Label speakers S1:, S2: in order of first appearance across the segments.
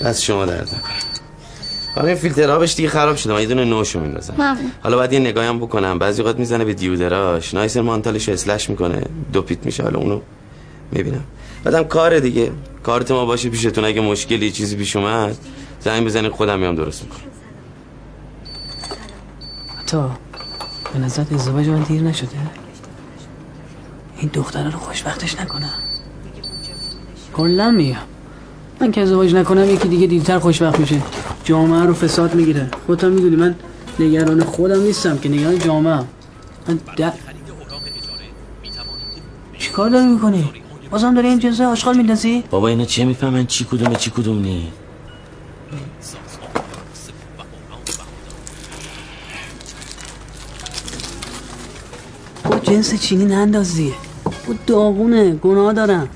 S1: دست شما درد نکنه حالا این فیلتر آبش دیگه خراب شده من یه دونه نوشو میندازم
S2: ممنون.
S1: حالا بعد یه نگاهی هم بکنم بعضی وقت میزنه به دیودراش نایسر مانتالش اسلش میکنه دو پیت میشه حالا اونو میبینم بعدم کار دیگه کارت ما باشه پیشتون اگه مشکلی چیزی پیش اومد زنگ بزنید خودم میام درست میکنم
S3: حتی به نظرت ازدواج من دیر نشده این دختره رو خوشبختش نکنم کلا میگم من که ازدواج نکنم یکی دیگه دیرتر خوشبخت میشه جامعه رو فساد میگیره خودت هم میدونی من نگران خودم نیستم که نگران جامعه من در... چیکار داری میکنی؟ بازم داری این جنسه آشغال میندازی؟
S4: بابا اینا چه میفهمن چی کدومه چی کدوم نی
S3: او جنس چینی نندازی او داغونه گناه دارم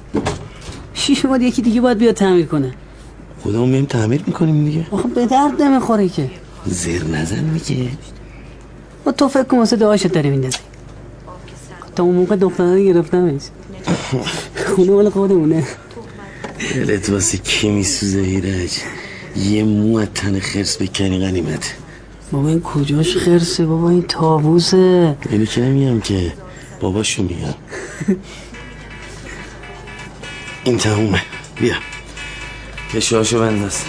S3: شیش ماه یکی دیگه باید بیاد تعمیر کنه
S1: خودمون میم تعمیر میکنیم دیگه
S3: آخه به درد نمیخوره که
S1: زیر نزن میگه
S3: با تو فکر کن واسه دعاشت داری میندازی تا اون موقع دخترها رو گرفتمش خونه مال خودمونه
S4: دلت واسه کی میسوزه ایرج یه مو از تن خرس بکنی غنیمت
S3: بابا این کجاش خرسه بابا این تابوسه
S4: اینو که نمیگم که باباشو میگم
S1: این تمومه بیا یه شوهاشو بنداز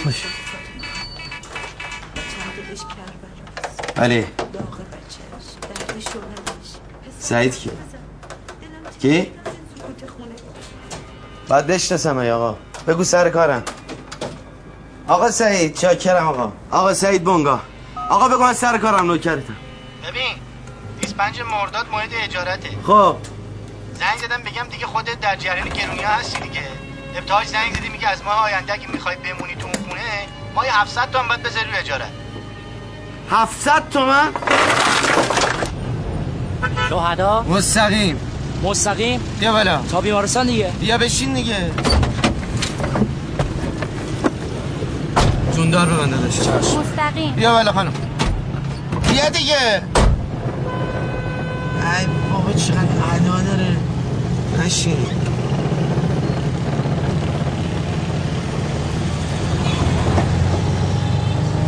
S1: علی سعید کی کی بعد بشناسم ای آقا بگو سر کارم آقا سعید چاکرم آقا آقا سعید بونگا آقا بگو من سر کارم نوکرتم
S5: ببین 25 مرداد مورد اجارته
S1: خب
S5: زنگ زدم بگم دیگه خودت در جریان گرونی ها هستی دیگه ابتهاج زنگ زدی میگه از ماه آینده اگه میخوای بمونی تو اون خونه ما یه 700 تومن باید بذاری روی اجاره
S1: 700 تومن
S6: شهدا
S5: مستقیم
S6: مستقیم
S5: بیا بالا
S6: تا بیمارستان دیگه
S5: بیا بشین دیگه جوندار ببنده داشت چشم
S2: مستقیم
S5: بیا بالا خانم بیا دیگه ای بابا چقدر ادا داره نشین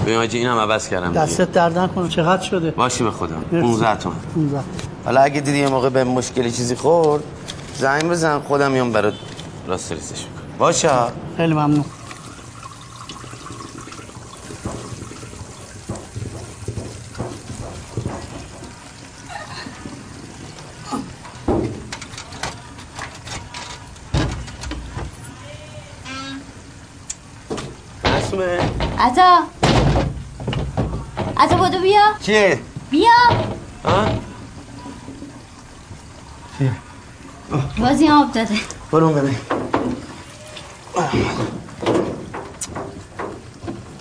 S1: ببین حاجی اینم عوض کردم دیگه.
S7: دستت درد نکنه چقدر شده
S1: باشیم خودم
S7: مرسی.
S1: 15 تومن
S7: 15
S1: حالا اگه دیدی یه موقع به مشکلی چیزی خورد زنگ بزن خودم میام برات راست ریسش میکنم باشه
S7: خیلی ممنون
S1: رسمه
S2: عطا عطا بودو بیا
S1: چیه؟
S2: بیا
S1: ها؟
S2: بازی هم آب داده
S1: برو اون ببین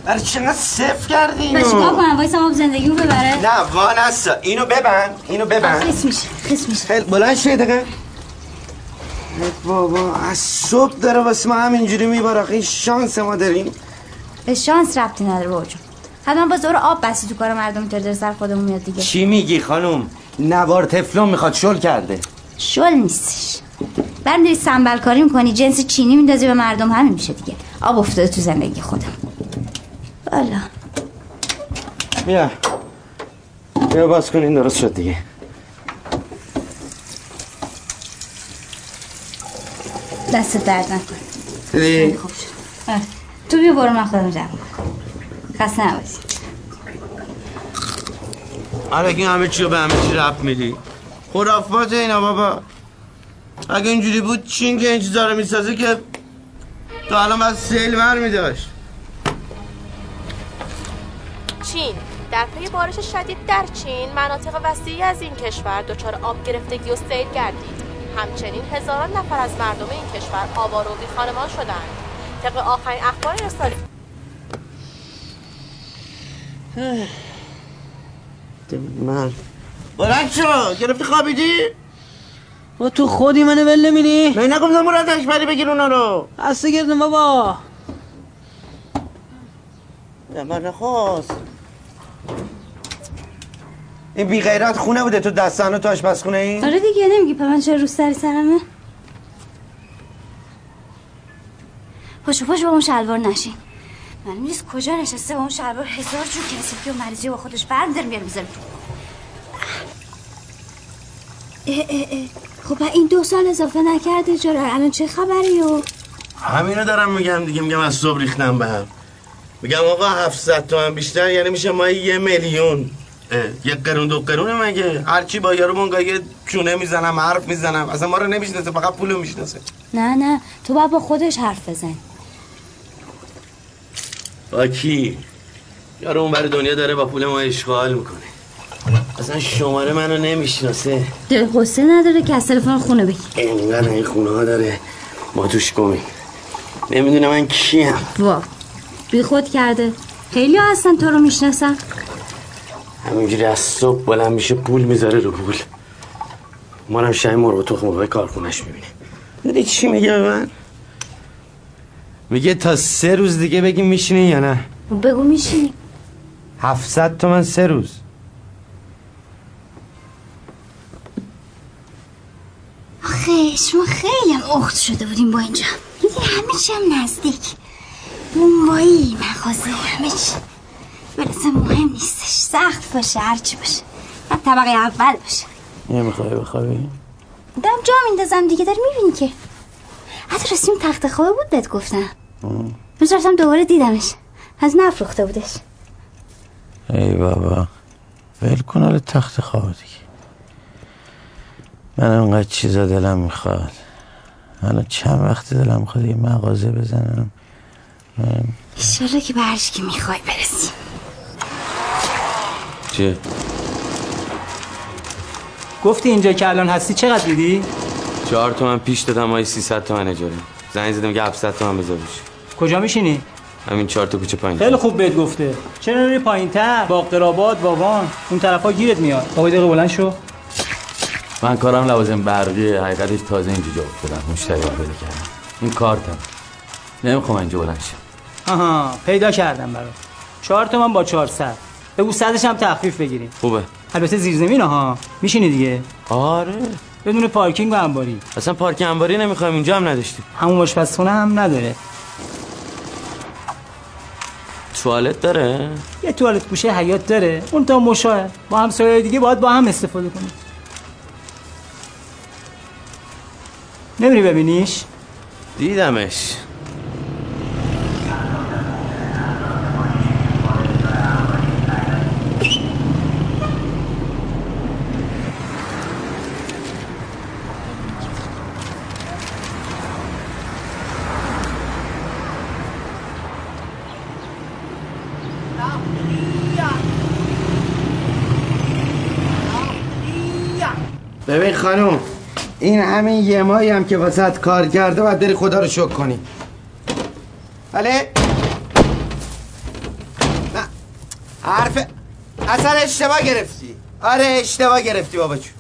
S1: برای چقدر صفر کردی
S2: با چیکار
S1: اینو؟
S2: کنم وایسم آب زندگیمو ببره
S1: نه وانستا اینو ببند اینو ببند
S2: خس میشه خس میشه
S1: خیلی بلند شوی دقیقه ای بابا از صبح داره واسه ما همینجوری میبارخ این شانس ما داریم
S2: به شانس ربطی نداره بابا جون حتما باز دور آب بستی تو کار مردم اینطوری داره سر خودمون میاد دیگه
S1: چی میگی خانم نوار تفلون میخواد شل کرده
S2: شل نیستش برم داری سنبل کاری میکنی جنس چینی میندازی به مردم همین میشه دیگه آب افتاده تو زندگی خودم والا
S1: بیا بیا باز کن این درست شد دیگه
S2: دست درد نکن
S1: دیدی
S2: خوب شد آره. تو بیا برو من خودم جمع کنم خسته نباشی
S1: آره این همه چی رو به همه چی رب میدی خرافات اینا بابا اگه اینجوری بود چین که این چیزا رو میسازه که تو الان از سیل بر میداشت
S8: چین در پی بارش شدید در چین مناطق وسیعی از این کشور دچار آب گرفتگی و سیل گردید همچنین هزاران نفر از مردم این کشور آوار و بیخانمان شدند طبق آخرین اخبار ارسالی
S1: من بلند شو گرفتی خوابیدی؟
S3: با تو خودی منو ول نمیری
S1: من نگفتم مراد اکبری بگیر اونا رو
S3: هسته گردم بابا
S1: من نخواست این بی غیرت خونه بوده تو دستانو تو آشپزخونه این
S2: آره دیگه نمیگی پا من چرا رو سر سرمه پاشو پاشو با اون شلوار نشین معلوم نیست کجا نشسته و اون شلوار هزار جور کسی و مریضی با خودش برمیداره میاره میذاره تو. اه، اه، اه. خب با این دو سال اضافه نکرده جرار الان چه خبری و
S9: همینو دارم میگم دیگه میگم از صبح ریختم به هم میگم آقا 700 تومن بیشتر یعنی میشه ما یه میلیون اه، یک قرون دو قرون مگه هرچی با یارو منگاه چونه میزنم حرف میزنم اصلا ما رو نمیشناسه فقط پولو میشناسه
S2: نه نه تو باید با خودش حرف بزن
S4: با کی یارو اون بر دنیا داره با پول ما اشغال میکنه اصلا شماره منو نمیشناسه
S2: دل قصه نداره که از تلفن خونه بگیر
S4: اینقدر این خونه ها داره ما توش گمیم نمیدونه من کیم
S2: وا بی خود کرده خیلی ها هستن تو رو میشناسن
S4: همینجوری از صبح بلند میشه پول میذاره رو پول منم شاید مرغ و تخم موقع کارخونش میبینه میدونی چی میگه به من
S1: میگه تا سه روز دیگه بگیم میشینی یا نه
S2: بگو میشینی
S1: 700 تومن سه روز
S2: آخه شما خیلی هم اخت شده بودیم با اینجا دیدی همه چی هم نزدیک بومبایی مغازه همه چی ولی اصلا مهم نیستش سخت باشه هرچی باشه من طبقه اول باشه
S4: نمیخوای بخوابی
S2: دم جا میندازم دیگه داری میبینی که حتی رسیم تخت خوابه بود بهت گفتم روز رفتم دوباره دیدمش از نفروخته بودش
S1: ای بابا ول کن حالا تخت خواب دیگه من انقدر چیزا دلم میخواد حالا چند وقت دلم میخواد یه مغازه بزنم
S2: انشالله که به هرچی که میخوای برسیم
S4: چه؟
S10: گفتی اینجا که الان هستی چقدر دیدی؟
S4: چهار تومن پیش دادم های 300 تومن اجاره زنگ زدم که 700 تومن بذار بشه
S10: کجا میشینی؟
S4: همین چهار تا کوچه پایین
S10: خیلی خوب بهت گفته چرا نری پایین تر؟ با قرابات واوان اون طرفا گیرت میاد بابا یه دقیقه بلند شو
S1: من کارم لوازم برقی حقیقتش تازه اینجا جا افتادم مشتری پیدا کردم این کارتم نمیخوام اینجا بلند شم
S10: آها پیدا کردم برات چهار تومن با چهار صد بگو صدش هم تخفیف بگیریم
S4: خوبه
S10: البته زیرزمین ها میشینی دیگه
S4: آره
S10: بدون پارکینگ و انباری
S4: اصلا پارک انباری نمیخوایم اینجا هم نداشتیم
S10: همون آشپزخونه هم نداره
S4: توالت داره
S10: یه توالت گوشه حیات داره اون تا مشاه با همسایه دیگه باید با هم استفاده کنیم نمیری ببینیش
S4: دیدمش
S1: ببین خانم این همین یه ماهی هم که واسط کار کرده و داری خدا رو شکر کنی بله نه. حرف اصلا اشتباه گرفتی آره اشتباه گرفتی بابا جون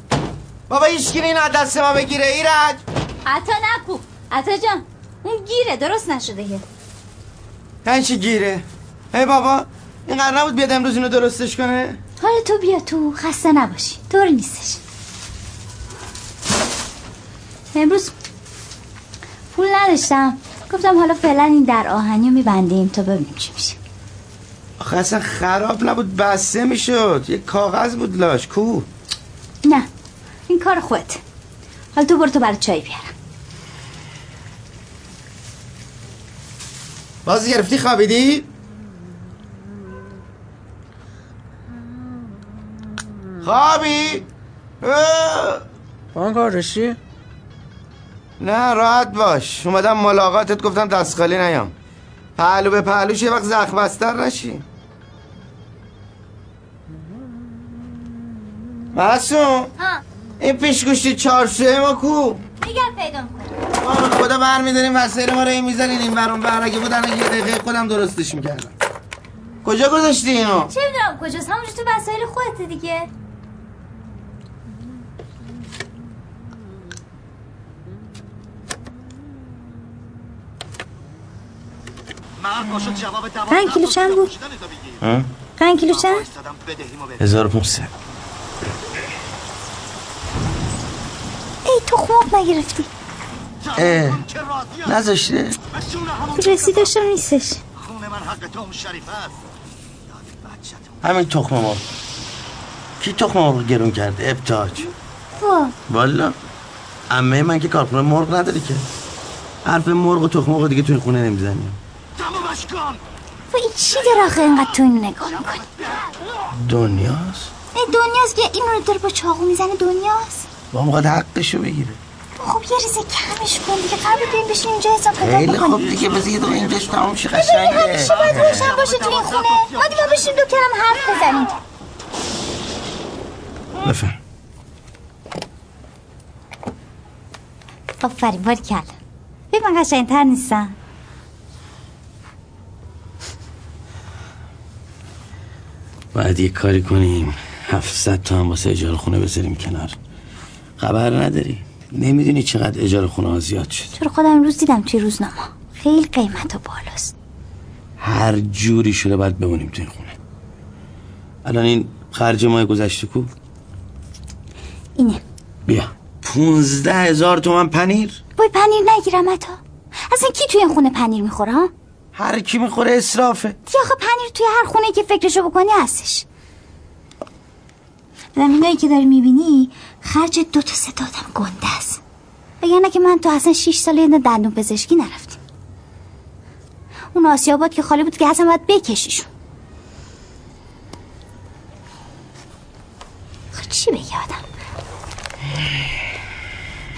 S1: بابا هیچگیری این از دست ما بگیره ایرج
S2: عطا نکو عطا جان اون گیره درست نشده که
S1: یعنی چی گیره ای بابا این قرار نبود بیاد امروز اینو درستش کنه
S2: حالا تو بیا تو خسته نباشی طور نیستش امروز پول نداشتم گفتم حالا فعلا این در آهنی رو میبندیم تا ببینیم چی میشه
S1: آخه اصلا خراب نبود بسته میشد یه کاغذ بود لاش کو
S2: نه این کار خودت حالا تو برو تو برای چای بیارم
S1: باز گرفتی خوابیدی خوابی اه.
S11: با من کار داشتی؟
S1: نه راحت باش اومدم ملاقاتت گفتم دست خالی نیام پهلو به پهلوش یه وقت زخم بستر نشی معصوم این پیشگوشتی چارسوه ما کو
S2: دیگر پیدا میکنم
S1: ما به خدا برمیداریم وسایل ما رو این میزنین این برون بر اگه بود الان یه دقیقه خودم درستش میکردم کجا گذاشتی اینو
S2: چه میدونم کجاست همونجا تو وسایل خودت دیگه پنج کیلو چند بود؟ پنج کیلو چند؟
S4: 1500
S2: ای تو خوب نگرفتی
S1: نذاشته
S2: رسی داشتم نیستش
S6: به من حق تو شریف است یاد بچه‌تون
S1: همین تخم مرغ کی تخم مرغ گرون کرده ابتاج
S2: با
S1: والا عمه من که کارخونه مرغ نداره که حرف مرغ و تخم مرغ دیگه توی خونه نمیزنی
S6: تمامش کن
S2: و این چی داره آخه اینقدر تو اینو نگاه میکنی
S1: دنیاست
S2: دنیاست که این رو داره با چاقو میزنه دنیاست
S1: با میخواد حقشو بگیره
S2: خب یه ریزه کمش کن دیگه قبل بیایم بشین اینجا حساب کتاب
S1: خیلی
S2: بکنیم
S1: خوب دیگه بذار یه دقیقه اینجاش تموم شه
S2: بذارین
S1: قشنگه
S2: همیشه باید روشن باشه تو این خونه ما دیگه بشین دو کلم حرف بزنیم
S1: بفهم
S2: آفرین باری کلا ببین من قشنگتر نیستم
S4: باید یه کاری کنیم 700 تا هم واسه اجاره خونه بذاریم کنار خبر نداری نمیدونی چقدر اجاره خونه ها زیاد شد
S2: تو رو خودم امروز دیدم توی روزنامه خیلی قیمت و بالاست
S4: هر جوری شده باید بمونیم تو این خونه الان این خرج ماه گذشته کو
S2: اینه
S4: بیا 15 هزار تومن پنیر
S2: وای پنیر نگیرم اتا اصلا کی توی این خونه پنیر میخوره ها
S1: هر کی میخوره اسرافه
S2: دیگه آخه پنیر توی هر خونه که فکرشو بکنی هستش زمینایی که داری میبینی خرج دو تا سه تا آدم گنده است وگرنه که من تو اصلا 6 ساله یه دندون پزشکی نرفتیم اون آسیابات که خالی بود که اصلا باید بکشیشون خب چی بگی آدم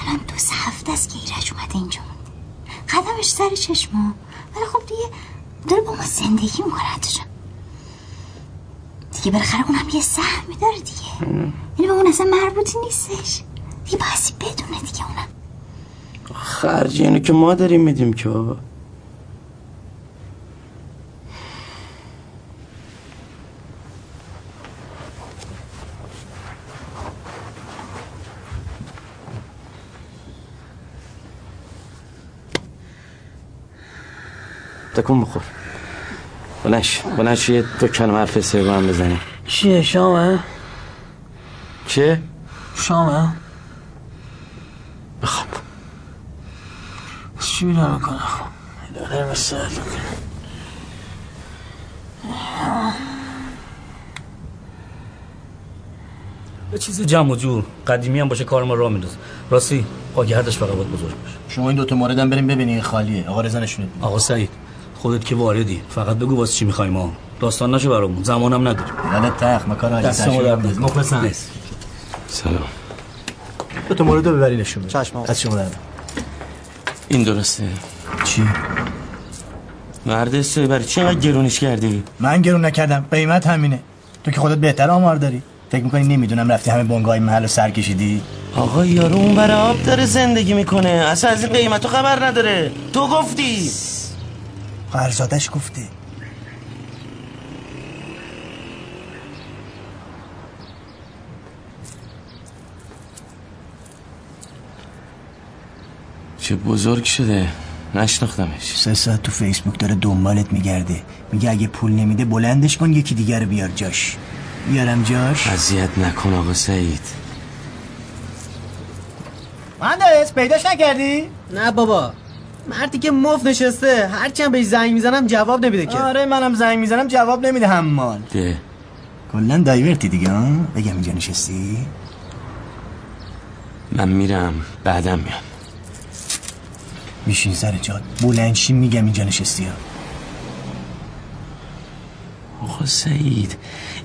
S2: الان دو سه هفته است که ایرج اومده اینجا مونده قدمش سر چشما ولی خب دیگه داره با ما زندگی میکنه حتی جان. دیگه بالاخره اونم یه سهمی داره دیگه یعنی به اون اصلا مربوطی نیستش دیگه بایستی بدونه دیگه اونم
S4: خرج اینو که ما داریم میدیم که بابا تکون بخور بلنش بلنش یه دو کلمه حرف سه با هم بزنیم
S3: چیه شامه؟
S4: چه؟
S3: شامه؟
S4: بخواب
S3: از چی بیدار میکنه خب؟ بیدار مثل میکنه
S12: یه چیز جمع و جور قدیمی هم باشه کار ما را میندازه راستی آگردش فقط باید بزرگ باشه
S5: شما این دوتا موردم بریم ببینی خالیه آقا رضا نشونت میده.
S12: آقا سعید خودت که واردی فقط بگو واسه چی میخوایم ما داستان نشه برامون زمانم نداریم
S5: غلط تخ مکان حاجی
S12: دست ما
S5: تشریف
S12: در
S5: بیارید.
S12: نیست.
S5: مخلصم
S12: نیست.
S4: سلام
S5: دوتا مورد رو ببری نشون بده
S13: چشم آقا.
S5: از شما دارم
S4: این درسته
S5: چی؟
S4: مرد سه برای چقدر گرونش کردی؟
S5: من گرون نکردم قیمت همینه تو که خودت بهتر آمار داری فکر میکنی نمیدونم رفتی همه بنگاه محل رو سر کشیدی
S4: آقا یارو اون برای آب داره زندگی میکنه اصلا از این قیمت خبر نداره تو گفتی
S5: قرزادش گفته
S4: چه بزرگ شده نشناختمش
S5: سه ساعت تو فیسبوک داره دنبالت میگرده میگه اگه پول نمیده بلندش کن یکی دیگر رو بیار جاش بیارم جاش
S4: اذیت نکن آقا سعید
S13: مهندس پیداش نکردی؟
S7: نه بابا مردی که مف نشسته هرچی هم بهش زنگ میزنم جواب نمیده که
S5: آره منم زنگ میزنم جواب نمیده حمال
S4: ده
S5: کلا دایورتی دیگه ها بگم اینجا نشستی
S4: من میرم بعدم میام
S5: میشین سر جاد بلندشی میگم اینجا نشستی ها
S4: آقا سعید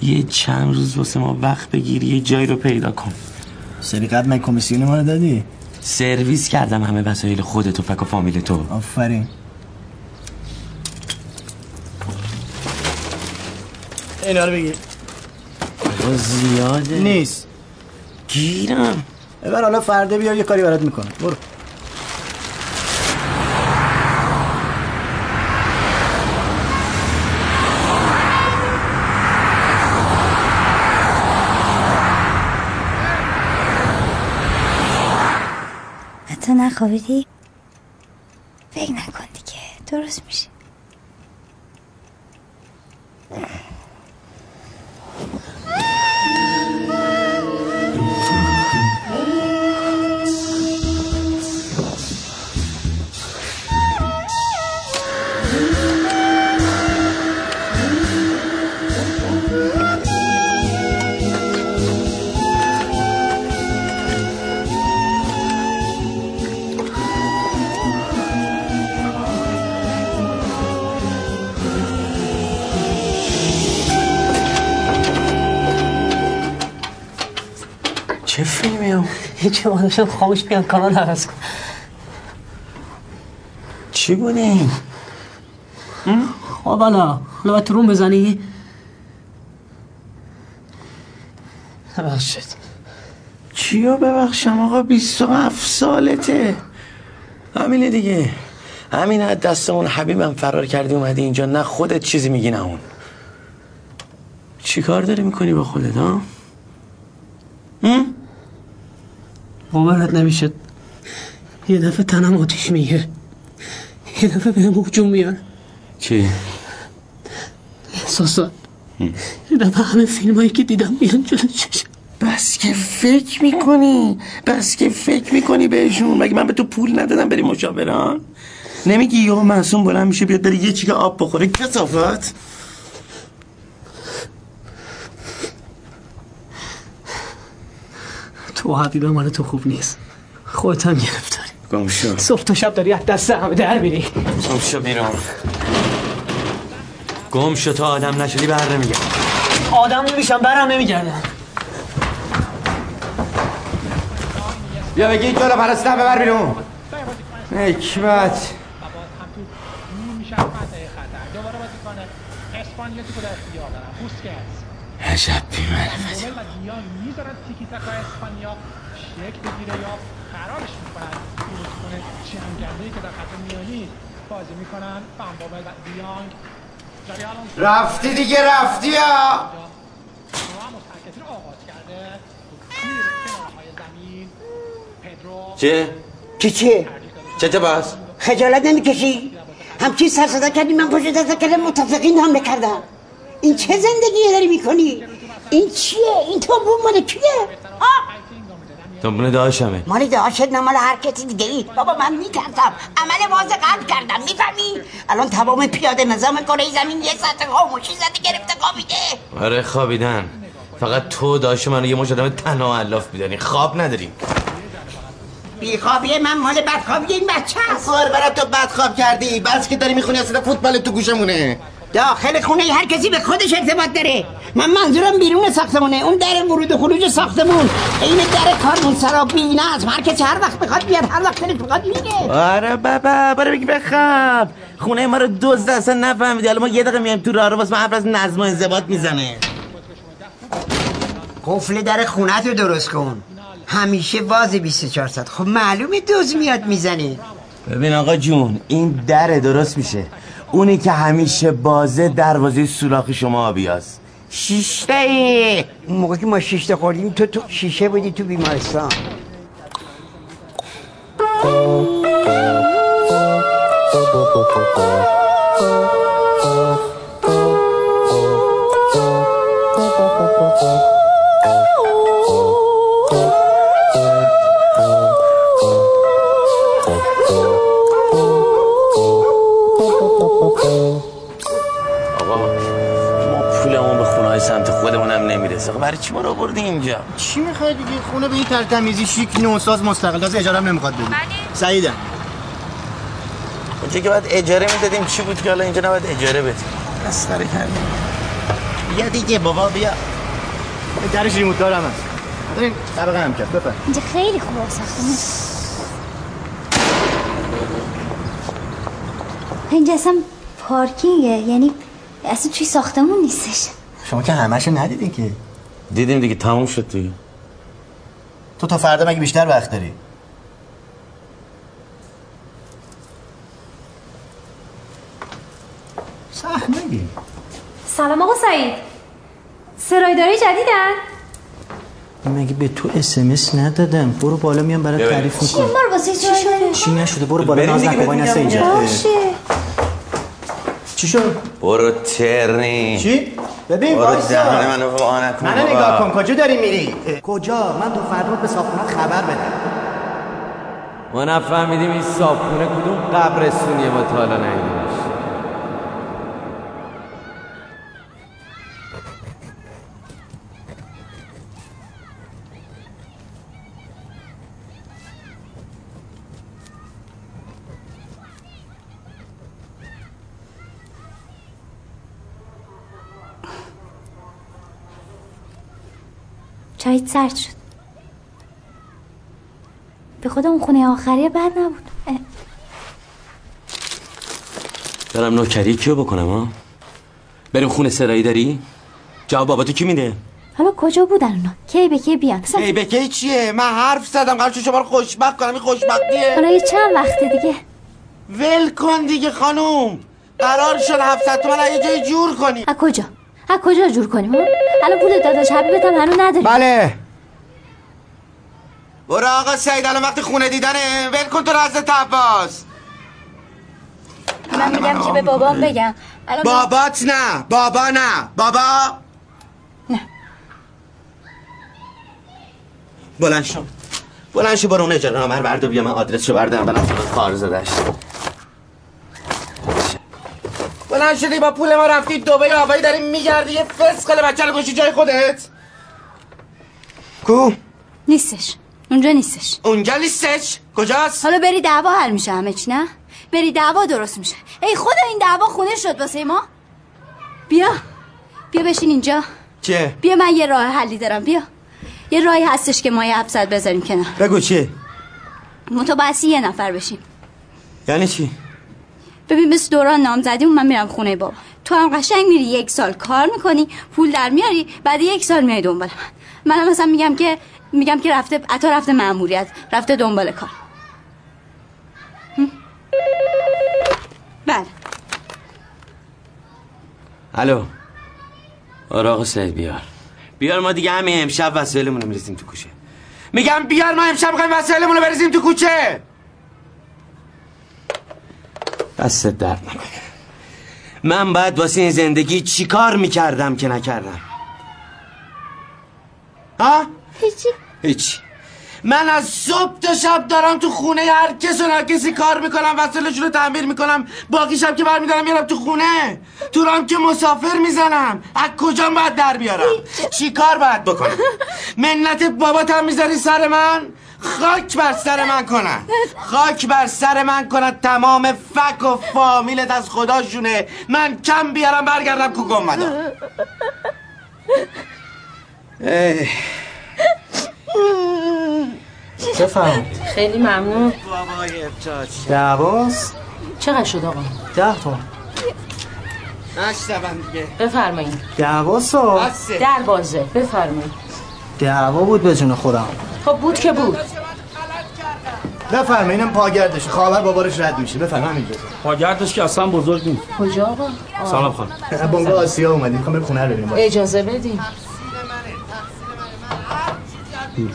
S4: یه چند روز واسه ما وقت بگیر یه جایی رو پیدا کن
S5: سری قبل من کمیسیون ما رو دادی
S4: سرویس کردم همه وسایل خودت و فک و فامیل تو
S5: آفرین اینا رو بگیر
S4: آقا زیاده
S5: نیست
S4: گیرم
S5: ببر حالا فردا بیار یه کاری برات میکنه برو
S2: حتی نخوابیدی فکر نکن دیگه درست میشه
S1: چه فیلمیه
S3: هیچی ما داشتم خاموش بیان کانال عوض کن
S1: چی بودیم؟
S3: خب حالا حالا باید تو روم بزنی ببخشید
S1: چیا ببخشم آقا 27 سالته همینه دیگه همین از دست اون حبیبم فرار کردی اومدی اینجا نه خودت چیزی میگی نه اون چی کار داری میکنی با خودت ها؟
S3: باورت نمیشه یه دفعه تنم آتیش میگه یه دفعه بهم هجوم میان
S1: چی؟
S3: احساسات یه دفعه همه فیلم هایی که دیدم میان جلو چشم
S1: بس که فکر میکنی بس که فکر میکنی بهشون مگه من به تو پول ندادم بری مشاوران نمیگی یهو معصوم بلند میشه بیاد بری یه چیگه آب بخوره کسافت
S3: تو حقیقه مال تو خوب نیست خودت هم گرفتاری
S1: گم شو
S3: صبح تا شب داری از دست همه در میری
S1: گم شو بیرون
S14: گم شو تا آدم نشدی بر نمیگم
S3: آدم نمیشم برم نمیگردم
S6: بیا بگی این جلو پرستم ببر بیرون حکمت
S1: عجب
S6: رفتی دیگه رفتی ها
S15: چه؟ چه چه؟ چه باز؟ خجالت نمیکشی؟ همچین سر صدا کردی من پشت دست کردم متفقین هم کردم این چه زندگی داری میکنی؟ این چیه؟ این تو مال کیه؟ آه!
S4: دنبونه داشمه
S15: مال داشت نه مال هر کسی دیگه ای بابا من میترسم عمل واضح قلب کردم میفهمی؟ الان تمام پیاده نظام کره زمین یه ساعت خاموشی زده گرفته خوابیده
S4: آره خوابیدن فقط تو داشت منو یه مش آدم تنها علاف میدانی خواب نداریم
S15: بیخوابی من مال بدخوابی این بچه است
S6: خور برم تو بدخواب کردی بس که داری میخونی اصلا فوتبال تو گوشمونه
S15: داخل خونه هر کسی به خودش ارتباط داره من منظورم بیرون ساختمونه اون در ورود و خروج ساختمون این در کارمون سرابی اینا از هر کسی هر وقت بخواد بیاد هر وقت دلش بخواد میره
S6: آره بابا برو بگی بخواب خونه ما رو دزد اصلا نفهمیدی حالا ما یه دقیقه میایم تو راه رو واسه من حرف از نظم و انضباط میزنه
S15: قفل در خونه رو درست کن همیشه باز 24 ساعت خب معلومه دوز میاد میزنه
S6: ببین آقا جون این در درست میشه اونی که همیشه بازه دروازه سوراخ شما آبیاست
S15: شیشته ای. اون موقع که ما شیشته خوردیم تو تو شیشه بودی تو بیمارستان
S1: آقا ما پولمون به خونه های سمت خودمون هم نمیرسه خب برای چی ما رو آوردی اینجا
S5: چی میخوای دیگه خونه به این ترتمیزی شیک نوساز مستقل داز اجاره هم نمیخواد بدی سعیدم
S1: اونجا که باید اجاره میدادیم چی بود که حالا اینجا نباید اجاره بدیم دست سر کردیم
S5: بیا دیگه بابا بیا درش ریموت دارم هست این طبقه هم کرد بفر
S2: اینجا خیلی خوب ساختمون اینجا اصلا پارکینگه یعنی اصلا توی ساختمون نیستش
S5: شما که همشو ندیدین که
S4: دیدیم دیگه تموم شد دیگه
S5: تو تا فردا مگه بیشتر وقت داری سخت نگیر
S16: سلام آقا سعید سرایداری جدیدن
S7: مگه به تو اسمس ندادم برو بالا میام برات تعریف
S16: چیه
S7: میکنم
S16: مار واسه چی
S2: er?
S7: چی
S16: شده
S7: نشده برو بالا
S1: بریم
S7: ناز
S1: دیگه،
S7: نکن وای نسته
S1: بریم.
S7: اینجا
S16: باشه
S7: چی شد
S1: برو ترنی
S5: چی؟ ببین
S1: برو
S5: وایسا.
S1: دهن منو وا نکن
S5: منو
S1: بابا.
S5: نگاه کن کجا داری میری کجا من تو فردا به صاحب خبر بدم
S14: ما نفهمیدیم این صابخونه کدوم قبرستونیه ما تا حالا ندیدیمش.
S2: چایت سرد شد
S6: به خدا اون خونه آخریه بد نبود اه،
S4: برم نوکری کیو بکنم ها بریم خونه سرایی داری جواب بابا تو کی میده
S6: حالا کجا بودن اونا کی به کی بیان اصلا-
S1: ای بکی چیه من حرف زدم قرار شد شما رو خوشبخت کنم این
S6: حالا
S1: خوشبختیه
S6: یه چند وقت دیگه
S1: ول کن دیگه خانوم قرار شد 700 تومن از یه جای جور کنی
S2: Ah,
S6: از کجا از کجا جور کنیم ها الان پول داداش حبیبت هم هنوز نداریم
S1: بله برو آقا سعید الان وقت خونه دیدنه ول کن تو رو حضرت عباس
S2: من میگم که به بابام بگم الان
S1: بابات نه بابا نه بابا بلند شو بلند شو برو اون اجاره نامه رو بردار بیا من آدرس شو بردارم برم خونه کار زدش بلند شدی با پول ما رفتی دبی آبایی داری میگردی یه فسقل بچه رو گوشی جای خودت کو
S2: نیستش اونجا نیستش
S1: اونجا نیستش کجاست
S2: حالا بری دعوا حل میشه همه چی نه بری دعوا درست میشه ای خدا این دعوا خونه شد واسه ما بیا بیا بشین اینجا
S1: چه
S2: بیا من یه راه حلی دارم بیا یه راهی هستش که ما یه ابسط بذاریم کنار
S1: بگو چیه
S2: منتها بسی یه نفر بشیم
S1: یعنی چی
S2: ببین مثل دوران نامزدی اون من میرم خونه بابا تو هم قشنگ میری یک سال کار میکنی پول در میاری بعد یک سال میای دنبال من منم مثلا میگم که میگم که رفته عطا رفته ماموریت رفته دنبال کار هم؟ بله
S4: الو آره آقا سعید بیار بیار ما دیگه همین امشب وسایلمون رو میرسیم تو کوچه
S1: میگم بیار ما امشب میخوایم وسایلمون رو بریزیم تو کوچه
S4: دست درد نکنه من بعد واسه این زندگی چیکار میکردم که نکردم
S1: ها
S6: هیچی
S4: هیچ
S1: من از صبح تا شب دارم تو خونه هر کس و ناکسی کار میکنم وسایلشون رو تعمیر میکنم باقی شب که برمیدارم میارم تو خونه تو رام که مسافر میزنم از کجا باید در بیارم چی کار باید بکنم منت بابات هم میذاری سر من خاک بر سر من کنن خاک بر سر من کنن تمام فک و فامیلت از خداشونه من کم بیارم برگردم کو گم مدام. ای.
S5: بفرمایید
S17: خیلی ممنون
S5: دعواست
S17: چقدر شد آقا؟
S5: ده تا
S1: نشتبم دیگه
S17: بفرمایید
S5: دعواست و
S17: در بازه بفرمایید
S5: دعوا بود به جون خودم
S17: خب بود که بود
S5: بفرمایید اینم پاگردش خواهر بابارش رد میشه بفرمایید همینجا
S7: پاگردش که اصلا بزرگ نیست
S17: کجا آقا؟ آه.
S7: سلام خانم
S5: بونگا آسیا اومدیم میخوام بریم خونه رو ببینیم
S17: اجازه بدین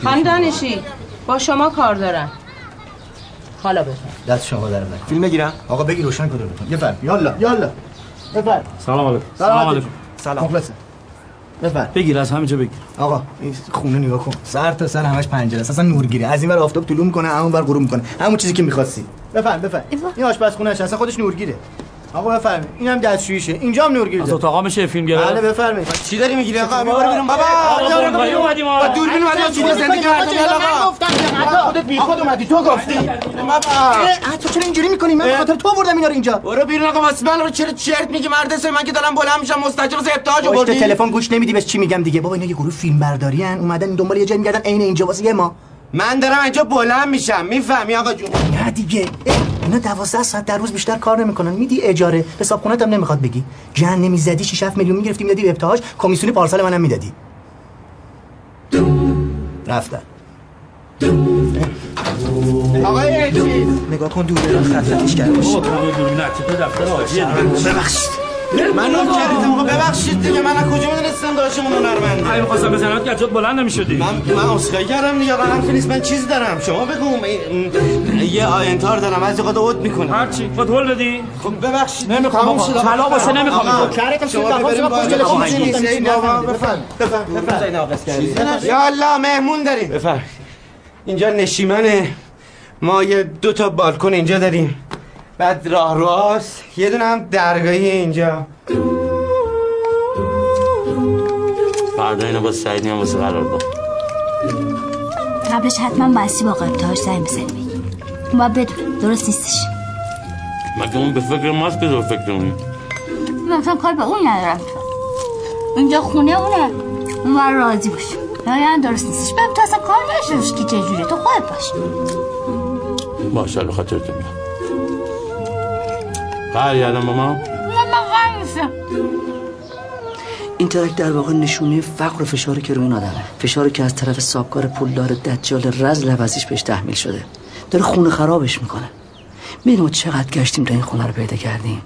S17: خانم دانشی با شما کار دارم حالا بفرمایید
S5: دست شما در نکن فیلم بگیرم آقا بگی روشن کن بکن بفرم یالا یالا بفرم
S7: سلام علیکم
S5: سلام
S7: سلام
S5: علیکم.
S7: علیکم
S5: سلام مخلص بفرم
S7: بگیر از همینجا بگیر
S5: آقا این خونه نگاه کن سر تا سر همش پنجره است اصلا نورگیری از این ور آفتاب طلوع میکنه همون ور غروب میکنه همون چیزی که میخواستی بفرم بفرم این آشپزخونه اش اصلا خودش نورگیره آقا بفرم اینم دستشوییشه اینجا هم نورگیره
S7: از اتاقا میشه فیلم گرفت
S5: بله بفرمایید
S1: چی داری میگیری آقا
S5: بابا
S1: با دوربین اومدی از جون زندگی مردم یالا آقا.
S5: خودت بی خود اومدی تو گفتی بابا تو چرا اینجوری میکنی من به خاطر تو آوردم اینا رو اینجا
S1: برو بیرون آقا واسه من رو چرا چرت میگی مرد من که دارم بلند میشم مستجر واسه ابتهاج
S5: پشت
S1: آوردی
S5: تلفن گوش نمیدی بهش چی میگم دیگه بابا اینا یه گروه فیلم برداری هن. اومدن دنبال یه جایی میگردن عین اینجا واسه یه ما
S1: من دارم اینجا بلند میشم میفهمی آقا جون
S5: نه دیگه اه، اینا 12 ساعت در روز بیشتر کار نمیکنن میدی اجاره حساب خونت هم نمیخواد بگی جن نمیزدی 6 7 میلیون میگرفتی میدادی به ابتهاج کمیسیون پارسال منم میدادی رفتن
S1: آقا یه چیز
S5: نگاه کن دور دارن خط خطش کرده باشه.
S1: ببخشید من نوم کردم آقا ببخشید دیگه من از کجا میدونستم داشتم اون هنرمند
S7: اگه می‌خواستم خب، بزنمت که از جات بلند نمی‌شدی من
S1: من اسخای کردم دیگه آقا حرفی نیست من چیز دارم شما بگو م- م- یه آینتار دارم از قد اوت میکنه
S7: هر چی خود هول بدی
S1: خب ببخشید
S7: نمی‌خوام آقا. طلاق واسه نمی‌خوام.
S5: کارتم
S1: شما
S5: شد،
S1: بریم
S5: شما
S1: بالا.
S5: پشت تلفن
S1: آقا،
S5: چی گفتن؟
S1: این آقا، بفرم بفرم بفرم یا الله مهمون داریم بفرم اینجا نشیمنه ما یه دو تا بالکن اینجا داریم بعد راه راست یه دونه هم درگاهی اینجا
S4: فردا اینو با سعید میام واسه قرار با
S6: قبلش حتما بسی با قبطاش زنگ بزنی بگی اون باید بدون درست نیستش
S4: مگه اون به فکر ماست که تو فکر اونی
S6: من اصلا کار به اون ندارم اینجا خونه اونه اون راضی باش نه، نه درست نیستش بب تو اصلا کار نشدش که چجوره تو خودت باش باشه به خاطرتون میگم برگردم با ما
S18: این ترک در واقع نشونه فقر و فشاری که روی اون آدمه فشاری که از طرف سابکار پولدار دجال رز لوزیش بهش تحمیل شده داره خونه خرابش میکنه ببین ما چقدر گشتیم تا این خونه رو پیدا کردیم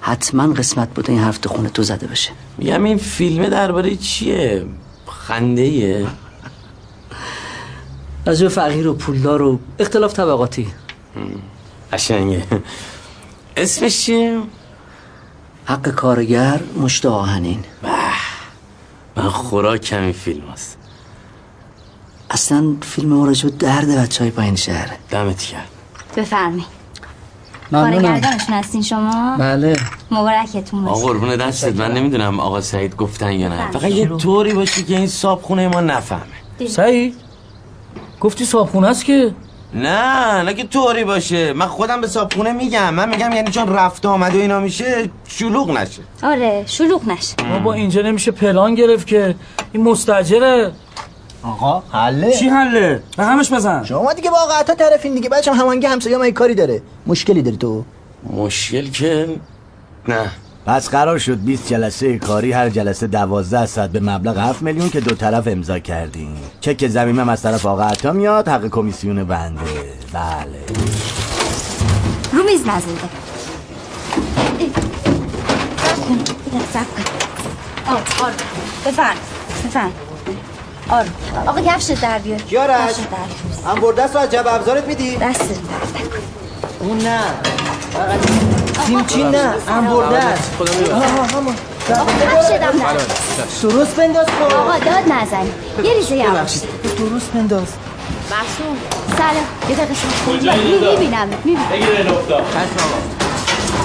S18: حتما قسمت بوده این حرف تو خونه تو زده بشه
S1: میگم
S4: یعنی
S1: این فیلمه درباره چیه خنده ایه
S18: راجع به فقیر و پولدار و اختلاف طبقاتی
S1: قشنگه اسمش چیه
S18: حق کارگر مشت آهنین
S1: من خوراکم این فیلم هست
S18: اصلا فیلم ما راجع به درد بچه های پایین شهره
S1: دمت کرد
S2: بفرمی
S18: ممنونم
S2: کارگردانشون هستین شما
S18: بله
S2: مبارکتون
S1: آقا
S2: باشه
S1: قربونه دستت من نمیدونم آقا سعید گفتن یا نه فقط یه طوری باشه که این صابخونه ما نفهمه
S12: سعید گفتی صابخونه است که
S1: نه نه که طوری باشه من خودم به صابخونه میگم من میگم یعنی چون رفت آمد و اینا میشه شلوغ نشه
S2: آره شلوغ نشه
S12: بابا اینجا نمیشه پلان گرفت که این مستجره
S7: آقا حله
S12: چی حله به همش بزن
S7: شما دیگه با قطع طرفین دیگه بچه‌م همانگی همسایه ما یه کاری داره مشکلی داری تو
S1: مشکل که نه
S5: پس قرار شد 20 جلسه کاری هر جلسه 12 ساعت به مبلغ 7 میلیون که دو طرف امضا کردیم چک زمینم از طرف آقا عطا میاد حق کمیسیون بنده بله
S2: رو میز نزده آه آرو بفرم بفرم آرو آقا کفشت در بیار
S7: کیارش؟
S2: کفشت در بیار.
S7: هم بردست رو از جب ابزارت میدی؟
S2: دست
S7: اون نه سیمچین نه هم بله. بردست
S6: خدا میبخشه.
S2: آقا کفشت هم در بیار.
S7: درست بنداز کن
S2: آقا داد نزن یه ریزه یه
S7: ببخشید. درست بنداز
S2: محسوم سلام یه دقیقه شما
S6: کجایی دادا؟
S2: میبینم
S6: بگیر نقطه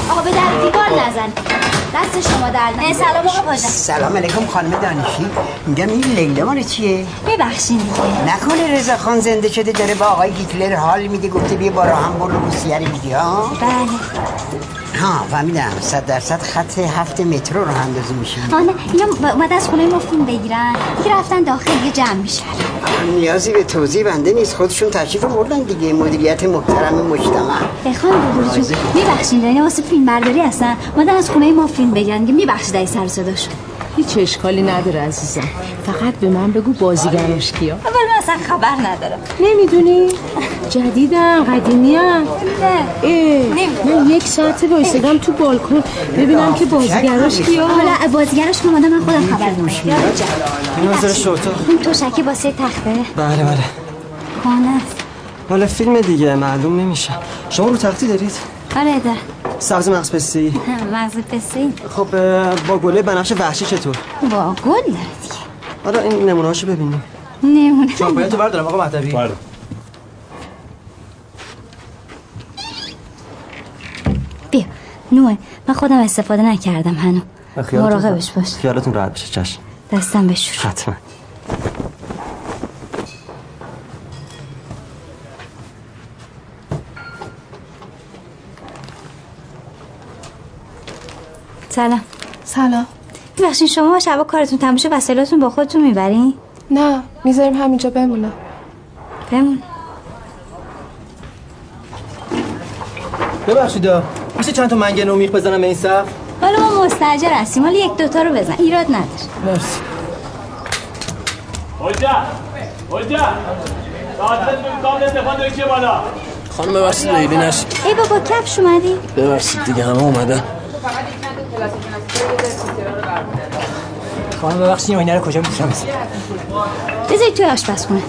S2: آقا به در دیوار نزن دست شما در نه سلام آقا پاشم
S15: سلام علیکم خانم دانشی میگم این لیلا مال چیه
S2: ببخشین دیگه
S15: نکنه رضا خان زنده شده داره با آقای گیتلر حال میده گفته بیا با هم برو روسیه رو بگی ها بله ها فهمیدم صد درصد خط هفت مترو رو اندازه میشه
S2: آه نه اینا ب- اومد از خونه ما فیلم بگیرن دیگه رفتن داخل یه جمع میشن
S15: نیازی به توضیح بنده نیست خودشون تشریف بردن دیگه مدیریت محترم مجتمع
S2: بخوام بگو جون میبخشین یعنی واسه فیلم برداری هستن اومدن از خونه ما فیلم بگیرن دیگه میبخشید ای سر و صدا شد
S17: هیچ اشکالی نداره عزیزم فقط به من بگو بازیگراش کیا
S2: اول من اصلا خبر ندارم
S17: نمیدونی؟ جدیدم قدیمیم اه، من یک ساعت بایستگم تو بالکن ببینم که بازیگراش کیا
S2: حالا بازیگراش که اومدم من خودم خبر دارم یادت جان.
S10: یعنی این نظر شورتا
S2: این توشکی باسه تخته
S10: بله بله
S2: خانه
S10: مال فیلم دیگه معلوم نمیشه شما رو تختی دارید
S2: آره در
S10: سبز مغز پستی
S2: مغز پسی
S10: خب اه، با گله بنفش وحشی چطور
S2: با گل داره دیگه
S10: حالا این نمونه‌هاشو ببینیم
S2: نمونه
S10: چاپایتو بردارم آقا مهدوی
S2: بیا نوه من خودم استفاده نکردم هنو
S10: خیالتون-
S2: مراقبش باش
S10: خیالتون راحت بشه چشم
S2: دستم بشور
S10: حتما
S2: سلام
S19: سلام
S2: ببخشین شما شبا کارتون تموم شه وسایلاتون با خودتون میبرین
S19: نه میذاریم همینجا بمونه
S2: بمون
S7: ببخشید آ. میشه چند تا منگنه و میخ بزنم به این صف؟
S2: حالا ما مستجر هستیم حالا یک دوتا رو بزن ایراد نداره
S7: مرسی
S6: حجت حجت ساعتت به مقابل انتخاب داری که بالا
S20: خانم ببخشید لیلی نشید
S2: ای بابا کفش اومدی
S20: ببخشید دیگه همه اومدن
S10: خانم ببخشید این آینه رو کجا میتونم
S2: بذاری توی آشپزخونه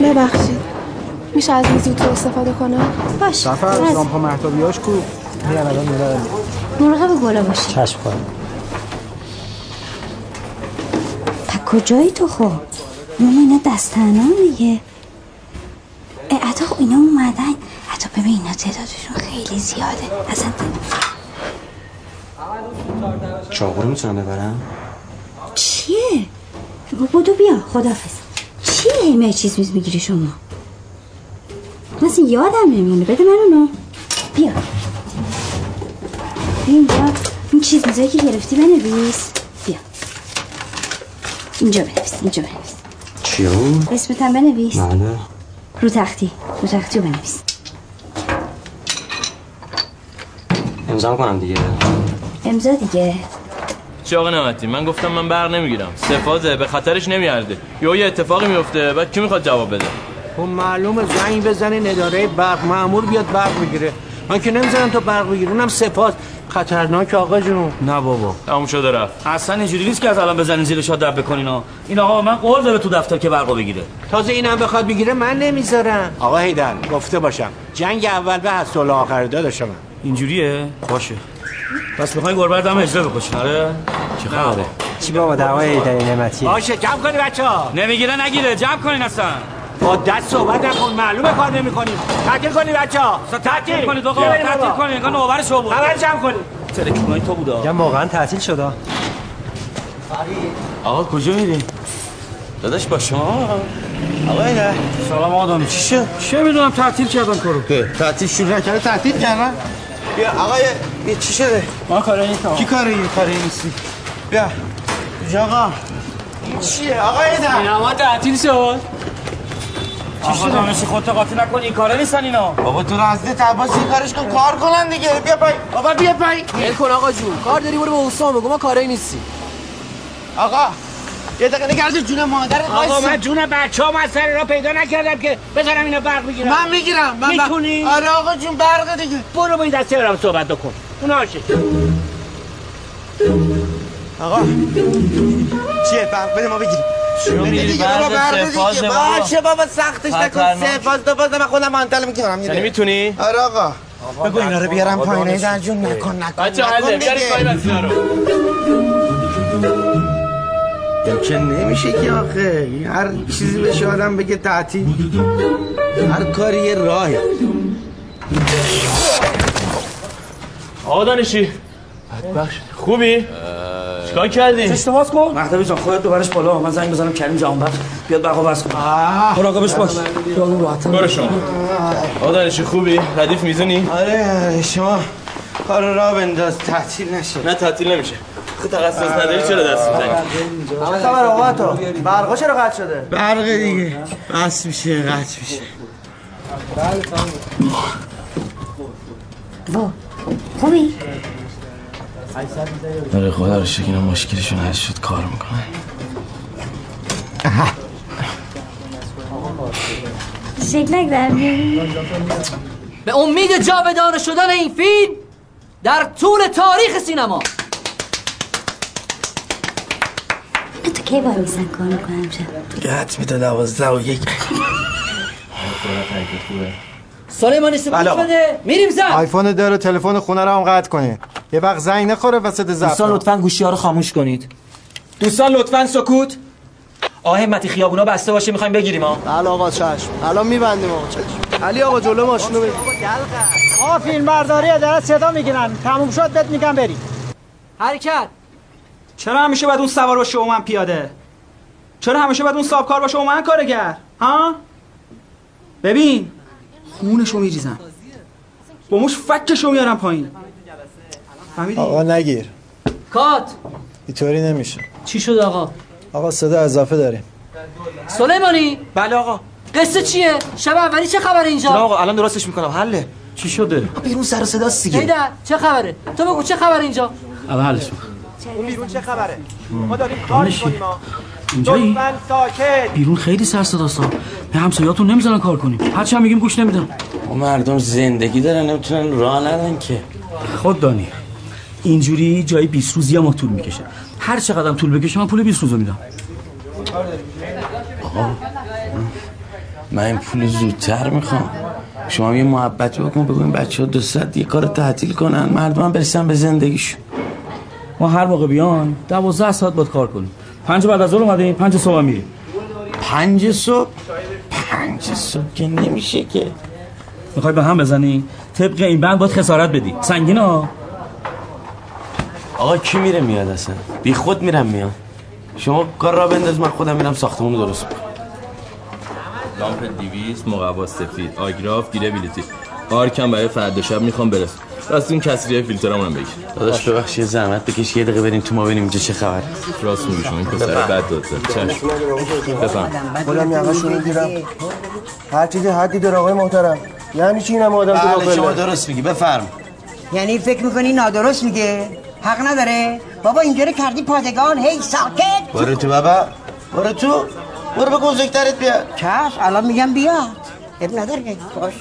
S19: ببخشید میشه از این زودتر استفاده کنم
S2: باش
S7: سفر لامپا محتابیاش کو میرم الان میرم
S2: مراقب گلا باشی
S10: چشم خانم
S2: تا کجایی تو خب ماما اینا دستنان دیگه ای عطا خب اینا اومدن عطا ببین اینا تعدادشون خیلی زیاده اصلا
S5: چاقو رو میتونم ببرم
S2: چیه؟ بودو بیا خدافز چیه همه چیز میز میگیری شما؟ من اصلا یادم نمیمونه بده من اونو بیا بیا اینجا این چیز میزایی که گرفتی بنویس بیا اینجا بنویس اینجا بنویس
S21: کیان
S2: اسمتم بنویس
S21: بله
S2: رو تختی رو تختی رو بنویس
S21: امضا کنم دیگه
S2: امضا دیگه
S4: چه آقا نمتی من گفتم من بر نمیگیرم سفازه به خطرش نمیارده یا یه اتفاقی میفته بعد کی میخواد جواب بده
S6: خب معلومه زنگ بزنین اداره برق مامور بیاد برق بگیره من که نمیزنم تا برق بگیره اونم سپاس خطرناک آقا جون
S4: نه بابا تموم شده رفت
S12: اصلا اینجوری نیست که از الان بزنین زیر شاد دب بکنین ها. این آقا من قول داره تو دفتر که برقو بگیره
S6: تازه اینم بخواد بگیره من نمیذارم آقا هیدر گفته باشم جنگ اول به از صلح آخر داداش من
S12: اینجوریه باشه پس میخواین گربه رو دم اجرا بکشین آره چه خبره
S22: چی بابا دعوای دنی نعمتی
S6: باشه جمع کنی بچه ها
S12: نمیگیره نگیره جمع کنین اصلا
S6: با دست صحبت نکن معلومه کار نمی‌کنی تعطیل کنی بچه ها
S12: تعطیل کنید آقا تعطیل کنید انگار نوبر شما بود
S6: همه جمع کنی
S12: تلکونای تو بودا
S22: میگم واقعا تعطیل شده
S4: آقا کجا میری داداش با شما آقا اینه
S12: سلام آدم چی شد چه میدونم تعطیل کردن کارو
S4: تعطیل شروع
S6: نکرده تعطیل کردن بیا آقا یه- یه چی شده
S12: ما کار نیستم
S6: کی کاره این کاره نیستی بیا بیا آقا چیه آقا هیدر
S12: سینما تعطیل شد آقا دانش خودت قاطی نکن این کارا نیستن اینا
S6: بابا تو رزده عباس این کارش کن کار کنن دیگه بیا پای بابا بیا پای
S21: ول کن آقا جون کار داری برو به حسام بگو ما کاری نیستی
S6: آقا یه دقیقه نگرد جون مادر
S21: آقا، من
S6: جون بچه ها من سر را پیدا نکردم که بذارم اینا برق بگیرم من میگیرم من
S10: می‌تونی؟
S6: آره آقا جون برق دیگه برو با این دسته برام صحبت کن اون عاشق آقا چیه برق بده ما بگیریم
S10: چیو
S6: بده
S10: می‌گیری؟
S6: دیگه،
S10: برق
S6: بابا، برق دیگه.
S10: سه‌فاز بابا.
S6: باشه بابا سختش نکن
S10: خطرناک.
S6: سه فاز دو فاز من خودم آنتل میکنم
S10: یعنی می‌تونی؟
S6: آره آقا بگو اینا رو بیارم
S10: آقا،
S6: پایین
S10: دانش.
S6: در جون نکن نکن
S4: بچه
S6: نکن
S4: حله
S6: دیگه.
S4: بیارید پایین بسینا رو
S6: یا که نمیشه که آخه هر چیزی بشه آدم بگه تعطیل هر کاری یه راهه
S4: آقا دانشی بدبخش خوبی؟ چیکار کردی؟
S12: چشت باز کن مهدوی جان خودت ببرش بالا من زنگ بزنم کریم جوان بخش بیاد برقا بس کن مراقبش باش خیالون راحت
S4: برو شما آقا دانشی خوبی؟ ردیف میزونی؟
S6: آره شما کار رو راه بنداز تعطیل نشه
S4: نه تعطیل نمیشه خود تخصص نداری چرا دست میزنی؟
S6: همه خبر آقا تو برقا چرا قطع شده برق دیگه بس میشه قطع میشه
S2: خوبی؟
S4: آره خدا رو شکر اینا مشکلشون حل شد کار میکنن
S2: شکلک در میاری؟
S18: به امید جاودانه شدن این فیلم در طول تاریخ سینما
S2: تو کی باید میسن کار میکنم امشب
S6: گت میده دوازده و یک
S18: سلیمانی سپوش
S1: بله.
S18: بده میریم زن
S1: آیفون داره و تلفن خونه رو هم قطع کنه یه وقت زنگ نخوره وسط زفت
S21: دوستان لطفا گوشی ها رو خاموش کنید دوستان لطفا سکوت آه همتی خیابونا بسته باشه میخوایم بگیریم ها
S1: بله آقا چشم الان میبندیم آقا چشم علی آقا جلو ماشینو بریم
S7: آقا فیلم برداری دارن صدا میگیرن تموم شد بهت میگم بری
S18: حرکت
S7: چرا همیشه باید اون سوار باشه و من پیاده چرا همیشه باید اون سابکار باشه و من کارگر ها ببین خونشو میریزم با موش فکشو میارم پایین
S5: آقا نگیر
S18: کات
S5: اینطوری نمیشه
S18: چی شد آقا
S5: آقا صدا اضافه داریم
S18: سلیمانی
S21: بله آقا
S18: قصه چیه شب اولی چه خبر
S21: جناب
S18: اینجا
S21: آقا الان درستش میکنم حله
S12: چی شده؟
S21: بیرون سر و صدا سیگه
S18: هیدر چه خبره تو بگو چه خبر اینجا
S12: الان حلش
S7: اون بیرون چه خبره ما داریم
S12: کار می‌کنیم اینجایی؟
S7: ساکت
S12: بیرون خیلی سر صداستان به همسایه‌هاتون نمیذارن کار کنیم هرچی هم میگیم گوش نمیدن
S4: آقا مردم زندگی دارن نمیتونن راه ندن که
S12: خود دانی اینجوری جای 20 روز یه ماه طول میکشه هر چقدرم طول بکشه من پول 20 روزو میدم
S4: آقا من این پول زودتر میخوام شما هم یه محبت بکن بگو این بچه ها دو ساعت یه کار رو تعطیل کنن مردم هم برسن به زندگیشون
S12: ما هر موقع بیان 12 ساعت باید کار کنیم پنج بعد از ظهر اومدیم پنج صبح میریم
S4: پنج صبح پنج صبح که نمیشه که
S12: میخوای به هم بزنی طبق این بند باید خسارت بدی سنگین ها
S4: آقا کی میره میاد اصلا بی خود میرم میام شما کار را بنداز من خودم میرم ساختمون رو درست کنم
S23: لامپ دیویز مقوا سفید آگراف گیره بلیتی آرکم برای فردا شب میخوام برسم
S24: راست اون کسری فیلترامون هم بگیر
S4: داداش ببخش یه زحمت بکش یه دقیقه بریم تو ما ببینیم اینجا چه خبر
S24: راست میگی شما این پسر
S4: بفهم.
S24: بد داد زد چشم بفهم
S1: خودم یقه شونو گیرم هر چیزی حدی داره آقای محترم یعنی چی این هم آدم تو
S4: بله
S1: قافله؟
S4: شما درست میگی بفرم
S15: یعنی فکر میکنی نادرست میگه حق نداره بابا اینجوری کردی پادگان هی ساکت
S4: برو تو بابا برو تو برو به گوزکترت بیا
S15: چشم الان میگم بیاد اب نداره که باش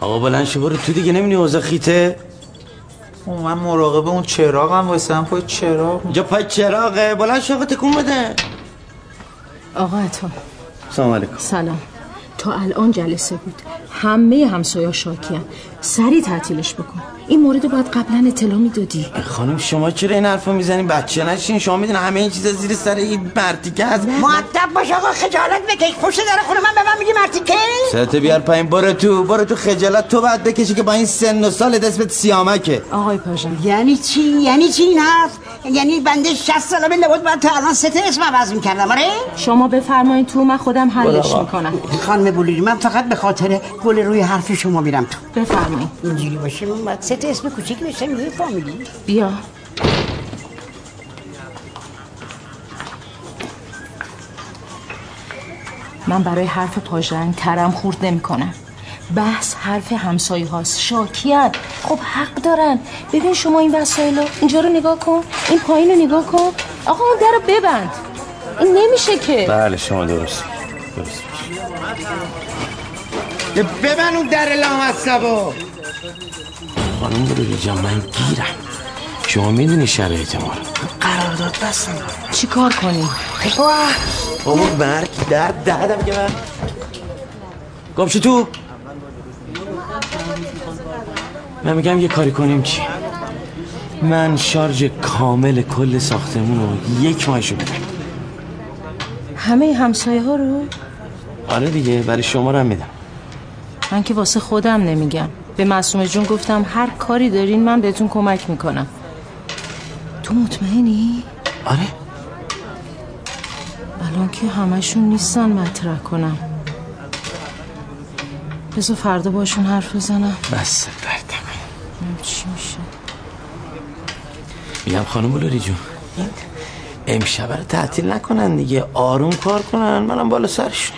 S4: آقا بلند شو برو تو دیگه نمیدونی اوضاع خیته
S25: من مراقب اون چراغم واسم
S4: خب،
S25: پای چراغ
S4: اینجا پای چراغه بلند شو آقا تکون بده
S17: آقا عطا
S4: سلام علیکم
S17: سلام تا الان جلسه بود همه همسایا شاکیان سریع تعطیلش بکن این مورد رو باید قبلا اطلاع میدادی
S4: خانم شما چرا این حرفو میزنین بچه نشین شما میدونین همه این چیزا زیر سر این مردی که از
S15: معدب باش آقا خجالت بکش پشت در خونه من به من میگی مرتیکه
S4: سرت بیار پایین برو تو برو تو خجالت تو باید بکشی که با این سن و سال دستت سیامکه
S17: آقای پاژان
S15: یعنی چی یعنی چی این حرف یعنی بنده 60 ساله به لبود بعد تا الان سه تا اسم عوض میکردم آره
S17: شما بفرمایید تو من خودم حلش
S15: خدا.
S17: میکنم
S15: خانم بولیدی من فقط به خاطر گل روی حرف شما میرم تو
S17: بفرمایید
S15: اینجوری باشه من باید سه تا اسم کوچیک بشم یه فامیلی
S17: بیا من برای حرف پاژنگ ترم خورد نمیکنم بحث حرف همسایه هاست شاکیت خب حق دارن ببین شما این وسایل رو اینجا رو نگاه کن این پایین رو نگاه کن آقا اون در رو ببند این نمیشه که
S4: بله شما درست درست
S26: ببن اون در لامصبو
S4: خانم برو اینجا من گیرم شما میدونی شرایط ما رو
S15: قرارداد بستم
S17: چیکار کنی
S4: بابا مرگ درد دهدم که من گمشو تو من میگم یه کاری کنیم چی من شارژ کامل کل ساختمون رو یک ماهشو بدم
S17: همه همسایه ها رو
S4: آره دیگه برای شما رو هم میدم
S17: من که واسه خودم نمیگم به معصومه جون گفتم هر کاری دارین من بهتون کمک میکنم تو مطمئنی؟
S4: آره
S17: الان که همشون نیستن مطرح کنم بذار فردا باشون حرف بزنم
S4: بس دردم
S17: ببینم چی میشه
S4: میگم خانم بلوری جون این امشب رو تعطیل نکنن دیگه آروم کار کنن منم بالا سرشون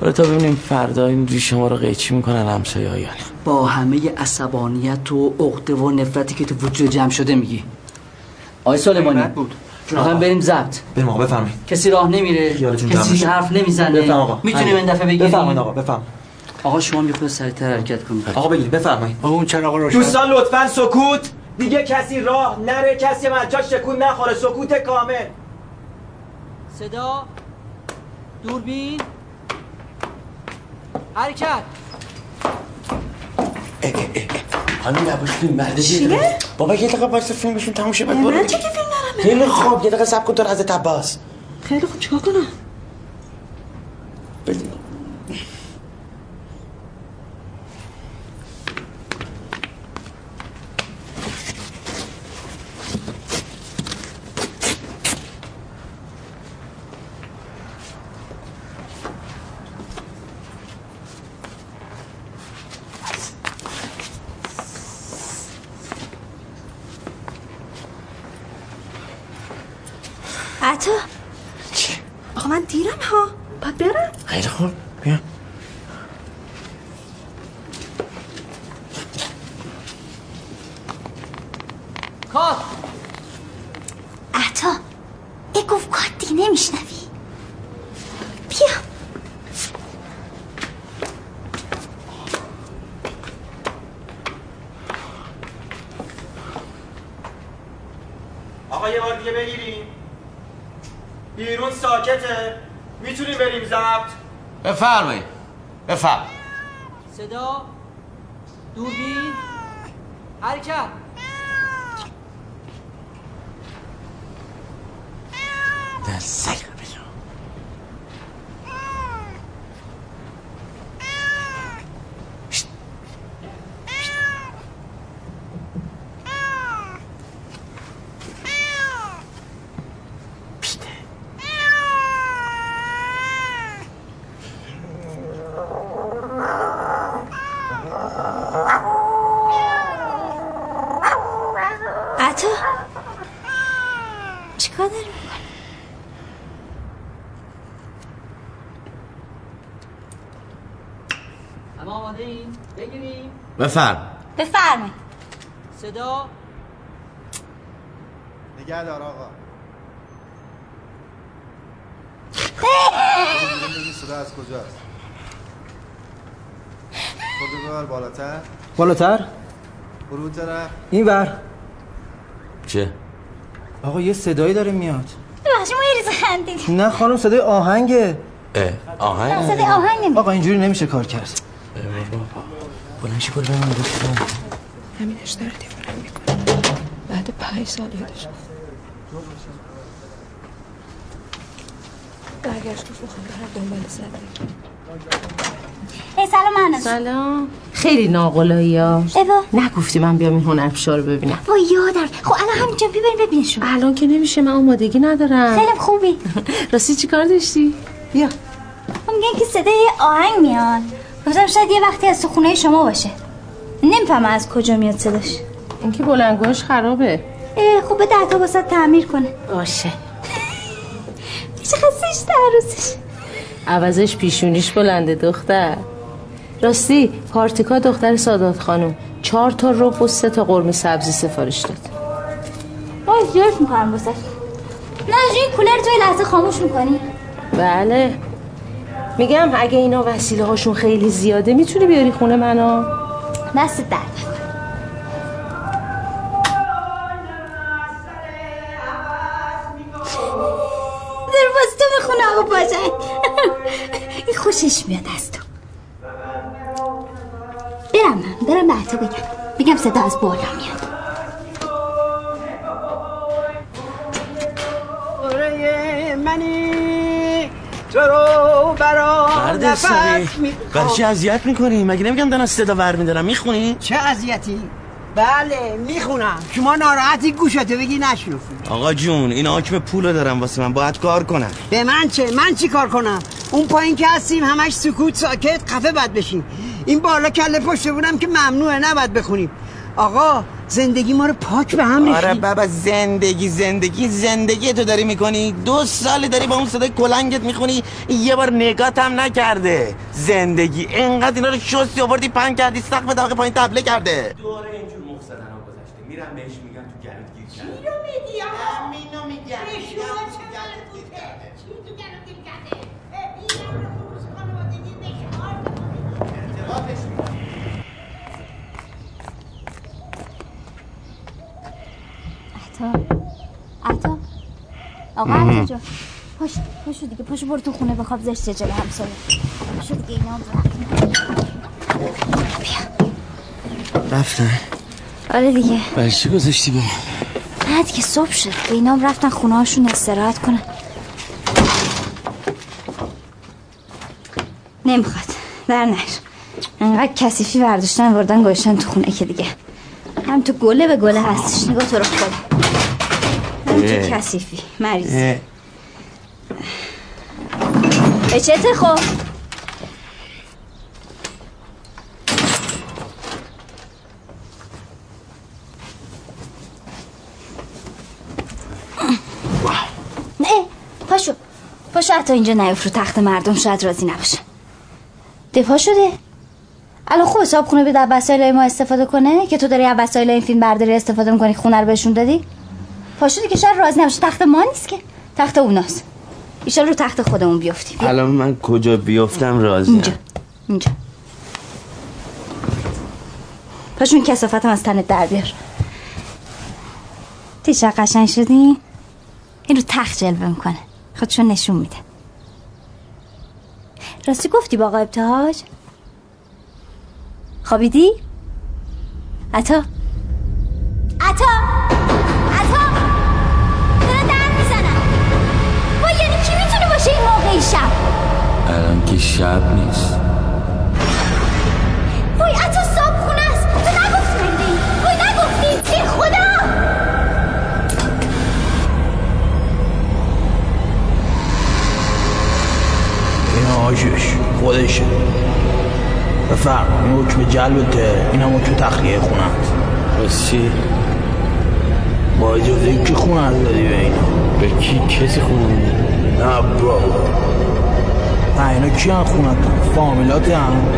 S4: حالا تا ببینیم فردا این ریش ما رو قیچی میکنن همسایه ها یا نه
S18: با همه عصبانیت و عقده و نفرتی که تو وجود جمع شده میگی آقای سلیمانی بود هم بریم زبط
S6: بریم آقا بفرمایید
S18: کسی راه نمیره
S6: جون جمع
S18: کسی
S6: شد.
S18: حرف نمیزنه
S6: بفهم آقا.
S18: میتونیم این دفعه بگیریم
S6: بفرمایید آقا بفهم
S18: آقا شما میخواد سریعتر حرکت کنید
S6: آقا بگیر بفرمایید
S15: آقا اون چراغ رو
S7: دوستان لطفا سکوت دیگه کسی راه نره کسی مجاش شکون نخوره سکوت کامل صدا دوربین حرکت
S4: خانم نباش فیلم مرد
S15: چیه؟
S4: بابا یه دقیقه واسه فیلمشون تموم شه بعد برو
S15: چه که فیلم نرمه
S4: خیلی
S1: خب،
S4: خوب یه دقیقه صبر کن تو رو حضرت عباس
S17: خیلی خوب چیکار کنم
S2: عطا آقا من دیرم ها باید برم
S4: خیلی خوب بیا
S2: کات عطا ای گفت کات دیگه نمیشنوی بیا
S7: آقا یه بار دیگه بگیریم بیرون ساکته میتونیم بریم زبط
S4: بفرمایید بفرم
S7: صدا دوربین حرکت
S4: در سگ بجا
S2: عطا چیکار داری میکنی
S7: همه آماده این بگیریم
S27: بفرم
S2: بفرمایید
S7: صدا
S4: نگه دار آقا این صدا از کجاست خود ببر بالاتر
S12: بالاتر
S4: برو طرف
S12: این ور
S1: چه؟
S12: آقا یه صدایی داره میاد
S2: ببخشید ما یه ریز خندیدیم
S12: نه خانم صدای آهنگه
S1: اه آهنگ
S2: صدای آهنگ نمی-
S12: آقا اینجوری نمیشه کار کرد
S1: بلند شی برو ببین دکتر.
S28: همینش داره دیوارم میکنه بعد پنج سال یادش برگشت گفت میخوام برم دنبال زندگی
S2: ای سلام هنوز
S17: سلام خیلی ناقلایی ها نگفتی من بیام این هنرپیشه رو ببینم
S2: با یادم خب الان همینجا ببین ببینشون
S17: الان که نمیشه من آمادگی ندارم
S2: خیلی خوبی
S17: راستی چی کار داشتی؟ بیا
S2: من میگن که صدای آهنگ میاد گفتم شاید یه وقتی از تو خونه شما باشه نمیفهمم از کجا میاد صداش
S17: اینکه بلنگوش خرابه
S2: اه خب بده عطا واسه تعمیر کنه
S17: باشه
S2: چه خستش عروسش
S17: عوضش پیشونیش بلنده دختر راستی پارتیکا دختر سادات خانم چهار تا رب و سه تا قرمه سبزی سفارش داد
S2: باز جرف میکنم واسه نه این کولر تو یه لحظه خاموش میکنی
S17: بله میگم اگه اینا وسیله هاشون خیلی زیاده میتونی بیاری خونه منو
S2: دست درد در واسه تو میخونه آقا باشن این خوشش میاد از تو برم من برم به عطا بگم بگم صدا از بالا میاد
S15: دوره آره منی تو رو برا
S1: مرد سری
S15: نفس می- خب.
S1: برای چی اذیت میکنی مگه نمیگم دارم صدا ور میدارم میخونی
S15: چه اذیتی بله میخونم شما ناراحتی گوشتو بگی نشنفی
S1: آقا جون این حاکم پولو دارم واسه من باید کار کنم
S15: به من چه من چی کار کنم اون پایین که هستیم همش سکوت ساکت خفه بد بشیم این بالا کله پشت بودم که ممنوعه نباید بخونیم آقا زندگی ما رو پاک به هم
S1: آره
S15: ریختی.
S1: بابا زندگی زندگی زندگی تو داری میکنی دو سال داری با اون صدای کلنگت میخونی یه بار نگات هم نکرده زندگی اینقدر اینا رو شستی آوردی پن کردی سقف داغ پایین تبله کرده
S29: دوره اینجور مخ زدن ها گذشته میرم بهش میگم تو گلوت گیر کرد
S2: عطا عطا آقا
S1: مهم.
S2: عطا جان پاش پاشو دیگه پاشو برو تو خونه بخواب زشته جلو همسایه پاشو دیگه اینا هم رفت.
S1: رفتن
S2: آره دیگه
S1: برای چی گذاشتی به
S2: نه دیگه صبح شد به اینا هم رفتن خونه هاشون استراحت کنن نمیخواد در نر انقدر کسیفی برداشتن وردن گذاشتن تو خونه که دیگه هم تو گله به گله هستش نگاه تو رو خدا هم تو
S1: اه.
S2: کسیفی مریض به چته خب نه پاشو پاشو حتی اینجا نیفت رو تخت مردم شاید راضی نباشه دفاع شده الان خود حساب خونه بده از وسایل ما استفاده کنه که تو داری از وسایل این فیلم برداری استفاده میکنی خونه رو بهشون دادی پاشو دیگه شاید راضی نباشه تخت ما نیست که تخت اوناست ایشان رو تخت خودمون بیافتیم
S1: الان من کجا بیفتم راضیم
S2: اینجا اینجا پاشون کسافتم از تنت در بیار دیدی چقدر قشنگ شدی این رو تخت جلوه میکنه خودشون نشون میده راستی گفتی با آقا ابتهاج خوابیدی عطا عطا عطا دارن در میزنن با یعنی کی میتونه باشه این موقع شب
S1: الان که شب نیست
S2: وای عطا صاحب خونه است تو نگفتی وای نگفتی چی خدا
S29: این آجش خودشه و
S7: فرق این حکم جلبته این هم حکم تخلیه خونه است چی؟ با اجازه کی خونه رو دادی به اینا به کی کسی خونه نه با نه اینا کی هم خونه فامیلات هم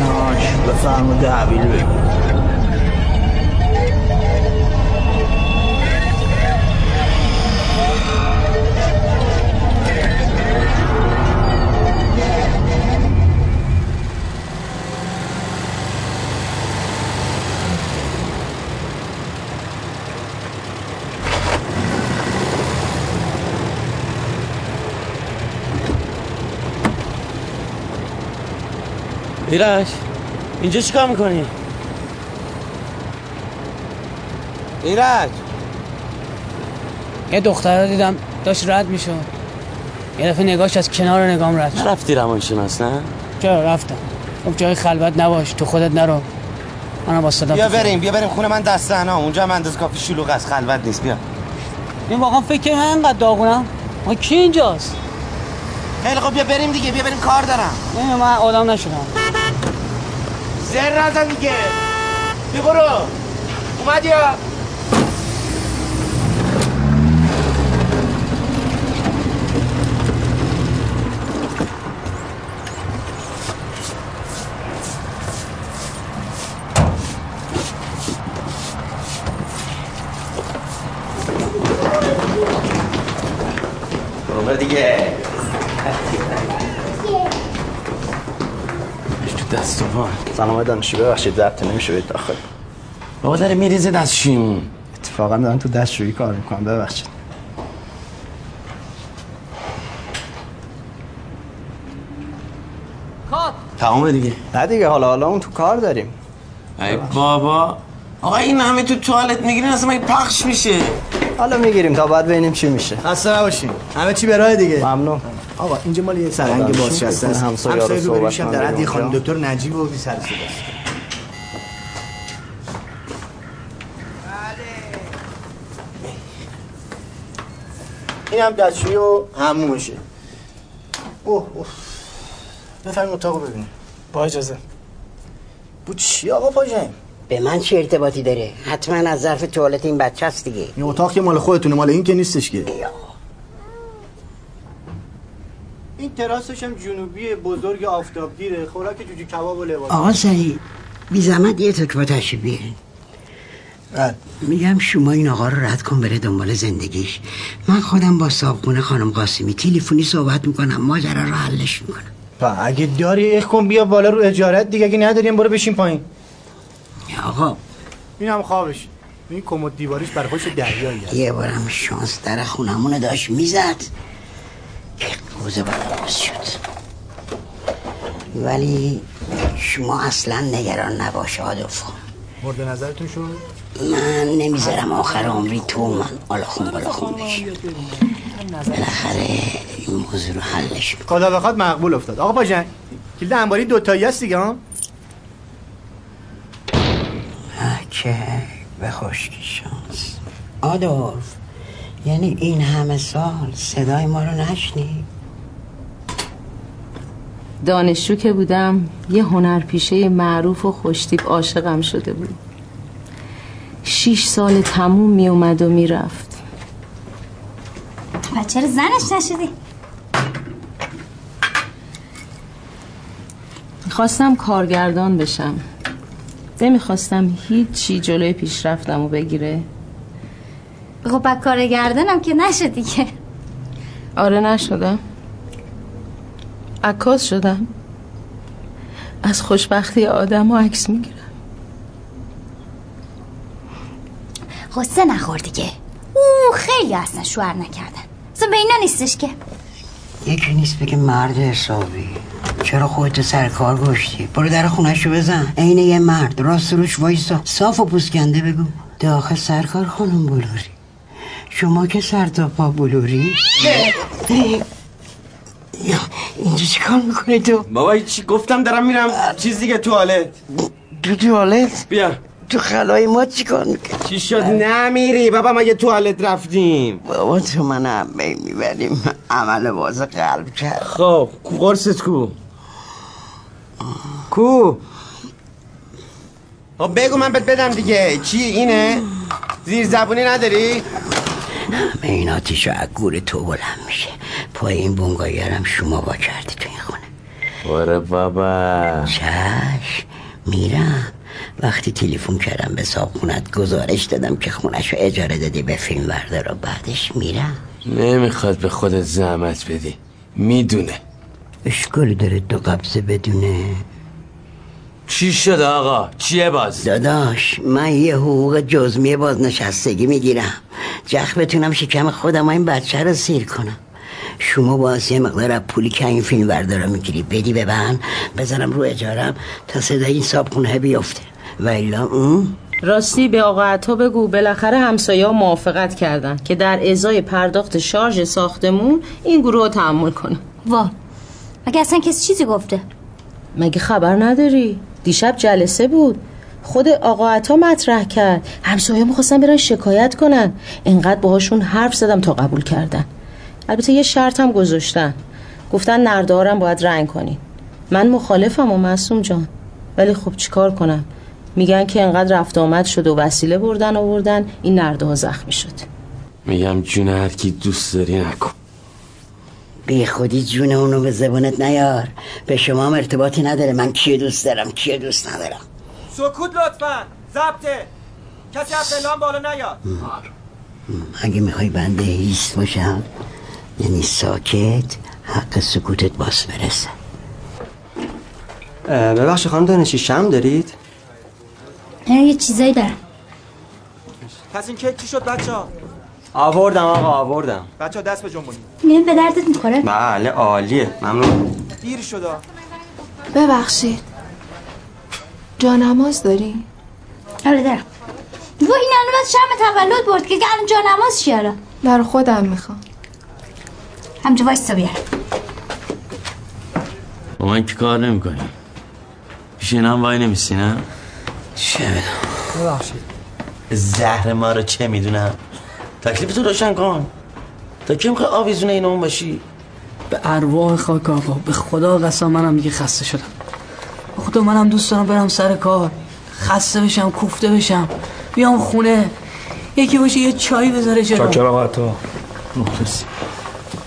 S7: ناش بفرما دعویل بگو
S4: ایرج اینجا چیکار میکنی؟
S7: ایرج
S3: یه دختر دیدم داشت رد میشد یه دفعه نگاش از کنار نگام رد شد
S4: نرفتی روانشناس نه؟
S3: چرا رفتم گفت جای خلوت نباش تو خودت نرو منم با صدام
S1: بیا
S3: تو خودم.
S1: بریم بیا بریم خونه من دست انا اونجا هم اندازه کافی شلوغ است خلوت نیست بیا
S3: این واقعا فکر من انقدر داغونم ما کی اینجاست
S1: خیلی خب بیا بریم دیگه بیا بریم کار دارم
S3: نمی‌دونم، من آدم نشدم
S6: زر نزن دیگه بیا برو اومد یا
S1: برو برو دیگه
S4: تو دستوان
S30: سلام دانشی ببخشید ضبط نمیشه برید داخل
S4: بابا داره میریزه دستشویمون
S30: اتفاقا دارم تو دستشویی کار میکنم ببخشید
S1: تمام دیگه
S30: نه دیگه حالا حالا اون تو کار داریم
S1: ای بابا آقا این همه تو توالت میگیرین اصلا مگه پخش میشه
S30: حالا میگیریم تا بعد ببینیم چی میشه
S5: خسته نباشین همه چی برای دیگه
S30: ممنون
S5: آقا اینجا مال یه سرهنگ
S30: خدا
S5: بازنشسته است
S30: شکر.
S5: همسایه
S30: همسایه رو
S5: رو
S30: صحبت
S5: هم در حد
S30: نداریم
S5: یه خانم
S30: اونجا.
S5: دکتر نجیب و بی سر و صدا است. بله. این هم دستشویی و همومشه اوه اوه بفرمایید اتاق رو ببینیم
S31: با اجازه
S5: بود چی آقا پاجم
S31: به من چه ارتباطی داره حتما از ظرف توالت این بچه است دیگه
S5: این اتاق که مال خودتونه مال این که نیستش که این تراسش هم جنوبی بزرگ آفتابگیره خوراک جوجه کباب و لباس
S31: آقا سعید بی زحمت یه تک با تشریف بیارین. میگم شما این آقا رو رد کن بره دنبال زندگیش من خودم با صابخونه خانم قاسمی تلفنی صحبت میکنم ماجرا رو حلش میکنم
S5: پا اگه داری اخ کن بیا بالا رو اجارت دیگه اگه نداریم برو بشین پایین
S31: آقا
S5: این هم خوابش این کمد دیواریش بر خوش دریایی
S31: یه بارم شانس در خونمون رو داشت میزد روزه باز شد ولی شما اصلا نگران نباش آدف خان.
S5: مورد نظرتون شد
S31: من نمیذارم آخر عمری تو من آلاخون بالاخون بشی بالاخره این موضوع رو حلش
S5: خدا بخواد مقبول افتاد آقا پاجن کلید انباری دوتایی هست دیگه ها
S31: که به خشکی شانس آدولف یعنی این همه سال صدای ما رو نشنی
S17: دانشجو که بودم یه هنرپیشه معروف و خوشتیب عاشقم شده بود شیش سال تموم می اومد و میرفت
S2: پس چرا زنش نشدی؟
S17: میخواستم کارگردان بشم نمیخواستم هیچی جلوی پیشرفتم و بگیره
S2: خب با کار گردنم که نشدی که
S17: آره نشدم عکاس شدم از خوشبختی آدم ها عکس میگیرم
S2: غصه نخور دیگه او خیلی اصلا شوهر نکردن اصلا به اینا نیستش که
S31: یکی نیست بگه مرد حسابی چرا خودت سر کار گشتی برو در خونش رو بزن عین یه مرد راست روش وایسا صاف و پوسکنده بگو داخل سرکار خانم بلوری شما که سر تا پا بلوری اینجا چیکار میکنه تو
S1: بابا چی گفتم دارم میرم چیز دیگه توالت
S31: تو توالت
S1: بیا
S31: تو خلای ما چیکار میکنی
S1: چی شد نمیری بابا ما یه توالت رفتیم
S31: بابا تو من هم میبریم عمل باز قلب کرد
S1: خب قرصت کو کو خب بگو من بهت بدم دیگه چی اینه زیر زبونی نداری
S31: همه این آتیش و گور تو بلند میشه پای این بونگایرم شما با کردی تو این خونه
S1: آره بابا
S31: چش میرم وقتی تلفن کردم به صابونت گزارش دادم که خونش رو اجاره دادی به فیلم بردار و بعدش میرم
S1: نمیخواد به خودت زحمت بدی میدونه
S31: اشکالی داره دو قبضه بدونه
S1: چی شده آقا چیه باز
S31: داداش من یه حقوق جزمی بازنشستگی میگیرم جخ بتونم شکم خودم و این بچه رو سیر کنم شما باز یه مقدار از پولی که این فیلم بردارا میگیری بدی به من بزنم رو اجارم تا صدای این صابخونه بیفته و الا اون
S17: راستی به آقا عطا بگو بالاخره همسایه ها موافقت کردن که در ازای پرداخت شارژ ساختمون این گروه رو تحمل کنه
S2: وا مگه اصلا کسی چیزی گفته
S17: مگه خبر نداری دیشب جلسه بود خود آقا عطا مطرح کرد همسایه میخواستن برن شکایت کنن انقدر باهاشون حرف زدم تا قبول کردن البته یه شرط هم گذاشتن گفتن نردارم باید رنگ کنین من مخالفم و معصوم جان ولی خب چیکار کنم میگن که انقدر رفت آمد شد و وسیله بردن آوردن این نرده ها زخمی شد
S1: میگم جون هر کی دوست داری نکن
S31: بی خودی جون اونو به زبونت نیار به شما هم ارتباطی نداره من کیه دوست دارم کیه دوست ندارم
S7: سکوت لطفا ضبطه کسی از پلان بالا نیاد
S31: اگه میخوای بنده هیست باشم یعنی ساکت حق سکوتت باس برسه
S12: اه، ببخشید خانم دانشی شم دارید
S2: یه چیزایی دارم
S7: پس این کیک چی شد بچه ها
S12: آوردم آقا آوردم
S7: بچه ها دست به جنبونی
S2: میبین به دردت میخوره
S12: بله عالیه ممنون
S7: دیر شد ها.
S28: ببخشید جانماز داری؟
S2: آره دارم و این الان از شم تولد برد که الان جا نماز چی الان
S28: در خودم میخوام
S2: همجا وایستا بیار
S1: با من که کار نمیکنی پیش اینم وای نمیسی نه چه میدونم
S12: ببخشید
S1: زهر ما رو چه میدونم تکلیف تو روشن کن تا کی میخوای آویزونه این اون باشی
S3: به ارواح خاک آقا به خدا قسم منم دیگه خسته شدم به خدا منم دوست دارم برم سر کار خسته بشم کوفته بشم بیام خونه یکی باشه یه چای بذاره
S12: چاکر
S3: جلو
S12: آقا تو مخلصی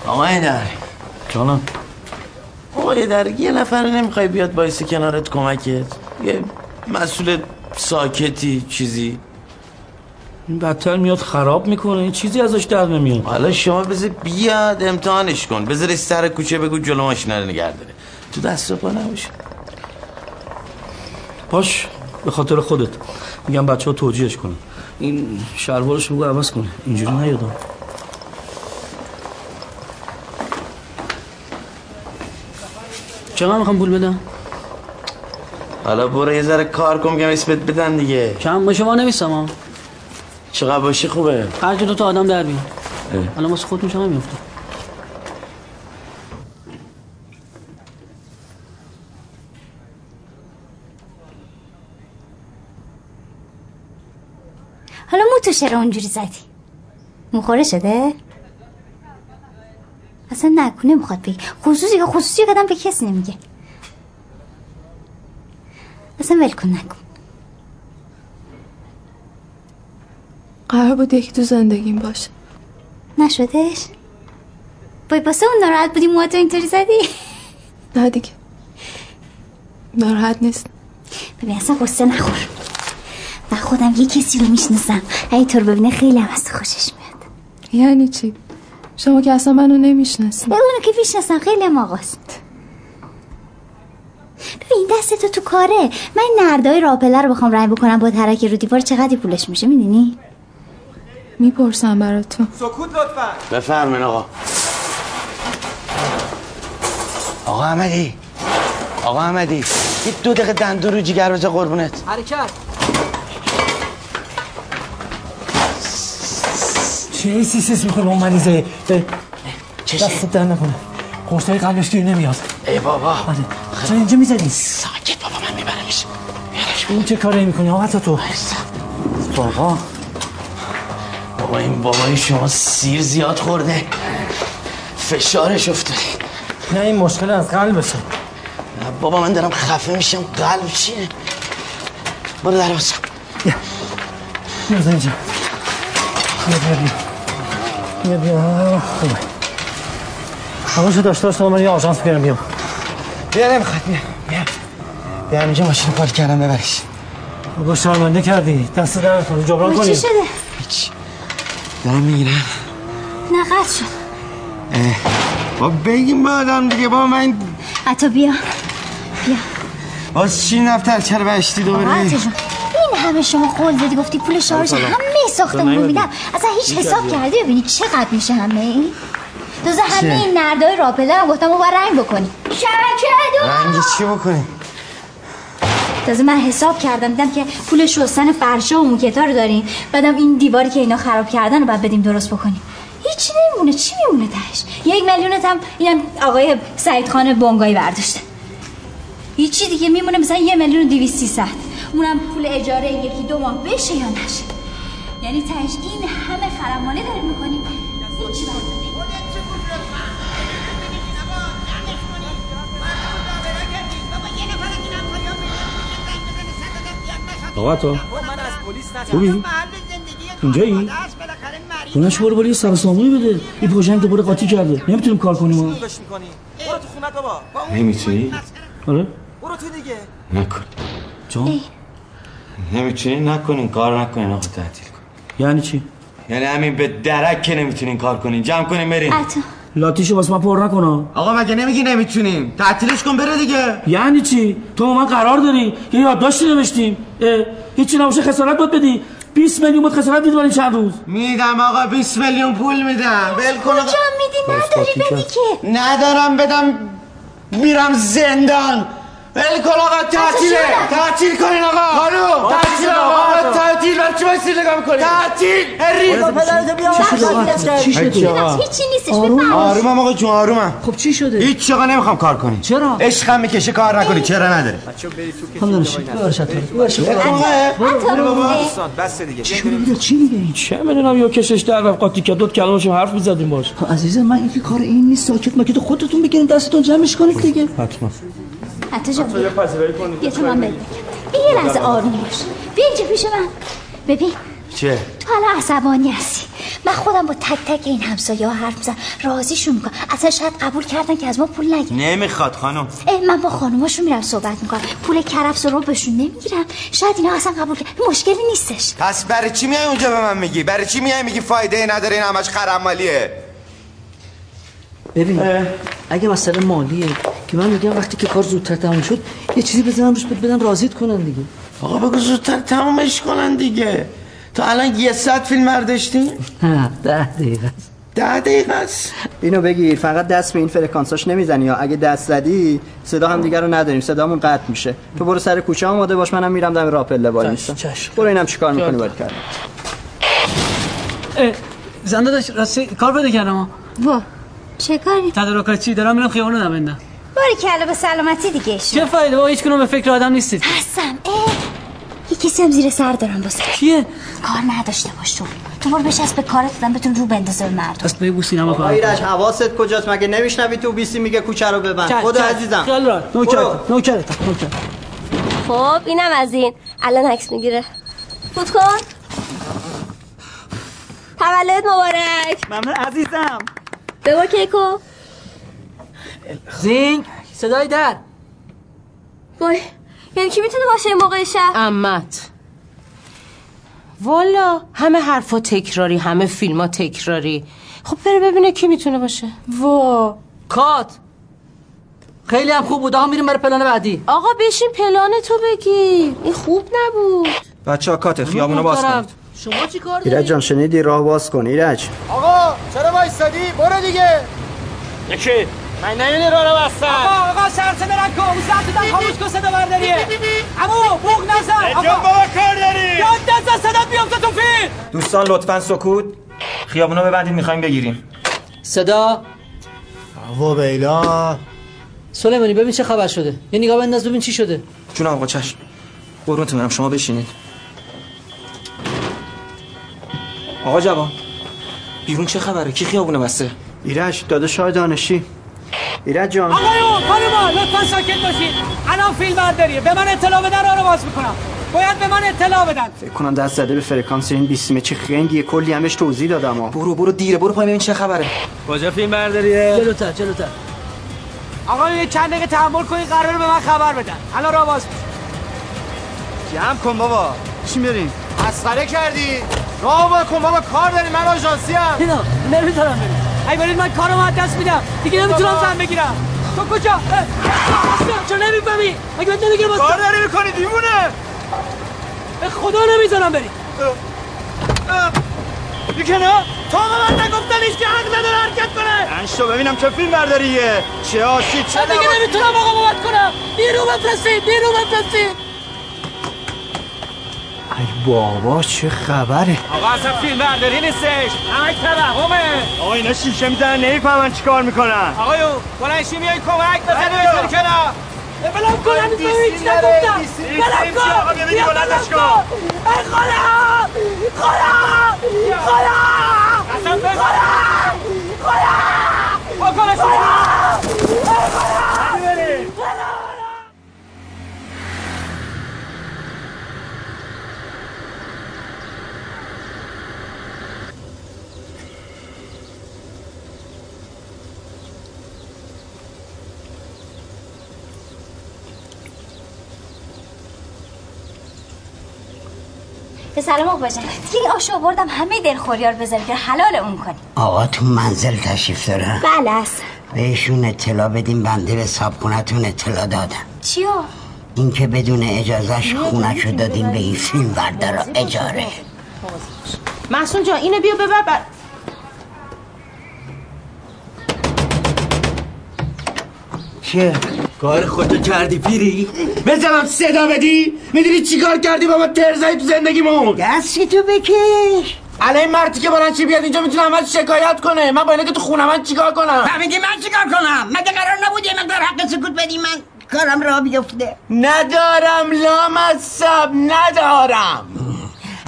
S1: آقا در
S12: جانم
S1: آقا یه در یه نفر نمیخوای بیاد بایسته کنارت کمکت یه مسئول ساکتی چیزی
S12: این بدتر میاد خراب میکنه این چیزی ازش در نمیاد
S1: حالا شما بذار بیاد امتحانش کن بذارش سر کوچه بگو جلو ماشینا رو نگه داره تو دست و پا نباشه
S12: باش به خاطر خودت میگم بچه ها توجیهش کنن این شلوارش رو بگو عوض کنه اینجوری نیادم
S3: چقدر میخوام پول بدم
S1: حالا برو یه ذره کار کن که اسمت بدن دیگه
S3: کم به شما نمیستم ها
S1: چقدر باشی خوبه
S3: خرج دو تا آدم در بیام
S1: اه.
S3: الان واسه خودتون چقدر میفته
S2: حالا مو تو چرا اونجوری زدی موخوره شده اصلا نکنه میخواد بگی خصوصی که خصوصی قدم به کسی نمیگه اصلا ول کن نکن
S28: قرار بود یکی تو زندگیم باشه
S2: نشدش بای باسه اون ناراحت بودی موهاتو اینطوری زدی
S28: نه دیگه ناراحت نیست
S2: ببین اصلا قصه نخور من خودم یه کسی رو میشناسم اگه تو رو ببینه خیلی هم از تو خوشش میاد
S28: یعنی چی شما که اصلا منو نمیشناسی
S2: به اونو که میشناسم خیلی هم آقاست ببین دست تو تو کاره من این نردای راپله رو بخوام رنگ بکنم با ترک رو دیوار چقدر پولش میشه میدونی
S28: میپرسم برات تو
S7: سکوت لطفا
S1: بفرمین آقا
S6: آقا احمدی آقا احمدی یه دو دقیقه دندون رو جیگر بذار قربونت
S3: حرکت
S12: چه سیسیس میکنه با مریضه به
S1: چشه؟
S12: دست در نکنه قرصای قلبش گیر نمیاد
S1: ای بابا
S12: چرا اینجا میزدی؟
S1: خب. ساکت بابا من میبرمش
S12: اون چه کاری میکنی آقا تا تو
S1: بابا بابا این بابای شما سیر زیاد خورده فشارش افتاده
S12: نه این مشکل از قلبشه
S4: بابا من دارم خفه میشم قلب چیه برو در بازم
S7: بزن اینجا بیا بیا بیا بیا بیا خوبه حواشو داشته باش تا من یه آژانس بیارم بیام
S1: بیا نمیخواد بیا
S7: بیا اینجا ماشین پارک کردم ببرش بابا شرمنده کردی دست در نکنه جبران
S2: ما
S7: کنی
S2: چی شده؟
S1: دارم میگیرم
S2: نه قد شد
S1: با بگیم با آدم دیگه با من
S2: عطا بیا بیا
S1: باز چی نفتر چرا بشتی
S2: آقا
S1: دوباره
S2: عطا جان، این همه شما قول دادی گفتی پول شارژ
S1: سلام.
S2: همه ساختمون رو
S1: سلام.
S2: میدم اصلا هیچ
S1: این
S2: حساب
S1: کردی؟
S2: کردی ببینی چقدر میشه همه این دوزه
S1: چه؟
S2: همه این نردای راپله هم گفتم اون رنگ بکنی شبکه
S1: رنگ چی بکنیم
S2: تازه من حساب کردم دیدم که پول شستن فرشا و موکتا رو داریم بعدم این دیواری که اینا خراب کردن رو باید بدیم درست بکنیم هیچ نمیمونه چی میمونه تهش یک میلیونت هم اینم آقای سعید خان بونگایی برداشته هیچی دیگه میمونه مثلا یه میلیون و دیویست سیصد اونم پول اجاره یکی دو ماه بشه یا نشه یعنی تهش این همه خرمانه داریم میکنیم هیچی
S12: آقا تو
S6: من از پلیس
S12: خوبی؟ اینجایی؟ خونش برو برو یه سرسامونی بده این پروژنگ دوباره قاطی کرده نمیتونیم کار کنیم ما
S6: گوش میکنی برو تو خونه بابا با اون-
S1: نمیتونی؟
S12: آره؟
S6: برو تو دیگه
S1: نکن
S12: جان؟
S1: نمیتونین نکنین کار نکنین آقا تعطیل کن
S12: یعنی چی؟
S1: یعنی همین به درک که نمیتونین کار کنین جمع کنین برین
S12: لاتیشو واسه من پر نکنه
S1: آقا مگه نمیگی نمیتونیم تعطیلش کن بره دیگه
S12: یعنی چی تو با من قرار داری یه یادداشتی نوشتیم اه، هیچی نباشه خسارت باید بدی 20 میلیون باید خسارت بدی برای این چند روز
S1: میدم آقا 20 میلیون پول میدم ول کن آقا
S2: میدی
S12: نداری بدی
S2: که
S1: ندارم بدم میرم زندان ول کن آقا تعطیله
S32: شده؟
S1: تعطیل کنین آقا
S32: خانم، تعطیل آقا.
S1: تعطیل بر چی بایستی نگاه میکنی تعطیل هری
S32: آقا، پدرتو بیار. چی شده آقا؟ چی شده؟
S1: هیچی آقا.
S2: هیچی نیستش
S1: آروم
S2: بفهم
S1: آرومم آقا جون آرومم
S12: خب چی شده
S1: هیچ آقا نمیخوام کار کنی
S12: چرا
S1: عشقم میکشه کار نکنی چرا نداره
S12: خانم دانشی ببرشت ببرشت
S6: بس دیگه
S12: چی میگه این چه میدونم یا کشش در رفت قاطی کرد دوت کلمه حرف میزدیم باش عزیز من این که کار این نیست ساکت مگه تو خودتون بگیرین دستتون جمعش کنید دیگه حتما
S2: عطا جان بیا.
S1: پذیرایی کنید
S2: بیا تو من بهت بگم. بیا یه لحظه آروم باش بیا اینجا پیش من ببین
S1: چه
S2: تو حالا عصبانی هستی من خودم با تک تک این همسایه ها حرف میزن راضیشون میکنم اصلا شاید قبول کردن که از ما پول نگیرن
S1: نمیخواد خانم
S2: اه، من با خانوماشون میرم صحبت میکنم پول کرفس و روبشون نمیگیرم شاید اینا اصلا قبول کرد مشکلی نیستش
S1: پس برای چی میای اونجا به من میگی برای چی میای میگی فایده نداره این همش خرمالیه
S18: ببین اگه مسئله مالیه که من میگم وقتی که کار زودتر تموم شد یه چیزی بزنم روش بهت بدن راضیت کنن دیگه
S1: آقا بگو زودتر تمومش کنن دیگه تا الان یه ساعت فیلم برداشتی
S18: نه ده دقیقه
S1: ده دقیقه است
S30: اینو بگیر فقط دست به این فرکانساش نمیزنی یا اگه دست زدی صدا هم دیگه رو نداریم صدامون قطع میشه تو برو سر کوچه آماده باش منم میرم دم راپله وای میستم برو اینم چیکار میکنی باید کرد
S3: زنده داشت راستی کار بده کردم ها.
S2: وا چه کاری؟
S3: تدارکات چی دارم میرم خیابون رو نبندم
S2: باری که به سلامتی دیگه شو
S3: چه فایده بابا هیچ کنون به فکر آدم نیستید
S2: هستم اه یه کسی هم زیر سر دارم بازم
S3: کیه؟
S2: کار نداشته باش تو تو برو بشست به کارت دادم بتون رو بندازه به مردم
S3: بس بگو سینما
S30: آقا ایرج حواست کجاست مگه نمیشنوی تو بیسی میگه کوچه رو ببند خدا عزیزم
S3: خیال راحت نوکرت نوکرت
S8: خب اینم از این الان عکس میگیره فوت کن تولد مبارک ممنون عزیزم بگو کیکو
S3: زینگ صدای در
S8: وای یعنی کی میتونه باشه این موقع شب
S17: امت والا همه حرفا تکراری همه فیلما تکراری خب بره ببینه کی میتونه باشه
S3: وا کات خیلی هم خوب بود آقا میریم برای پلان بعدی
S17: آقا بشین پلان تو بگی این خوب نبود
S30: بچه ها کاته خیابونو باز کنید
S3: شما چی کار
S30: ایرج جان شنیدی راه باز کن ایرج
S6: آقا چرا وایسادی برو دیگه
S1: یکی
S6: من نمیدونی رو رو بستم آقا آقا شرطه برن کن اون ساعت بودم خاموش کن صدا برداریه امو بوغ نزن آقا بابا کار داری یاد دست صدا بیفته تو فیل
S1: دوستان لطفا سکوت خیابونو ببندید میخوایم بگیریم
S33: صدا
S1: و بیلا
S33: سلیمانی ببین چه خبر شده یه نگاه بنداز ببین چی شده
S1: جون آقا چشم قرونتون برم شما بشینید آقا جوان بیرون چه خبره کی خیابونه بسته
S30: ایرج داده شای دانشی ایرج جان
S6: آقایون خانوما لطفا ساکت باشید الان فیلم برداریه به من اطلاع بدن آن رو باز میکنم باید به من اطلاع بدن
S30: فکر کنم دست زده به فرکانس این بیسیمه چه خنگیه کلی همش توضیح دادم ها برو برو دیره برو پای ببین چه خبره
S3: کجا فیلم برداریه جلوتر جلوتر
S6: آقایون یه چند دقیقه تحمل کنید قرار به من خبر بدن الان را باز می‌کنم.
S5: جمع کن بابا چی میریم مسخره کردی راه با کن بابا کار داری من آژانسی ام
S6: اینا نمیتونم بریم ای برید من کارم از دست میدم دیگه نمیتونم زن بگیرم تو کجا اه، چرا نمیفهمی مگه بهت نمیگم
S5: کار داری میکنی دیوونه
S6: به خدا نمیذارم بری
S5: دیگه نه تو به من نگفتن هیچ که حق نداره حرکت کنه انشو ببینم چه فیلم برداریه چه آشی چه
S6: من دیگه
S5: نباشی.
S6: نمیتونم آقا بابت کنم نیرو بفرستید نیرو بفرستید
S30: ای بابا چه خبره
S6: آقا اصلا فیلم برداری نیستش همه توهمه
S5: آقا اینا شیشه میزنن نمیفهمن چیکار میکنن
S6: آقایون بلنشی میای کمک بزنی بزنی کنار بلم کن هنوز
S5: دیسی
S6: من هیچ
S5: نره،
S6: نگفتم
S5: دیسی،
S6: بلم
S5: دیسی چی آقا
S6: کن
S5: می‌بینی،
S6: بیا
S5: بلندش
S6: بلم
S5: کن.
S6: کن ای خدا خدا خدا قسم بزن خدا خدا بکنش ای خدا
S2: پسر ما باشن دیگه این آش آوردم همه دلخوریار بذاری که حلال اون کنی
S15: آقا تو منزل تشریف دارن
S2: بله است
S15: بهشون اطلاع بدیم بنده به صابخونتون اطلاع دادم
S2: چیو؟
S15: اینکه بدون اجازهش خونش رو دادیم به این فیلم بردارا
S17: بله.
S15: اجاره
S17: محسون جان اینو بیا ببر بر...
S7: چیه؟ کار خودتو کردی پیری؟ بزنم صدا بدی؟ میدونی چیکار کردی بابا ترزایی تو زندگیمون
S15: دستی تو بکش
S7: الان این مردی که برن چی بیاد اینجا میتونه همه چی شکایت کنه من با اینا که تو خونه من چیکار کنم
S15: میگی من چیکار کنم مگه قرار نبود یه مقدار حق سکوت بدی من کارم را بیفته
S7: ندارم لام سب ندارم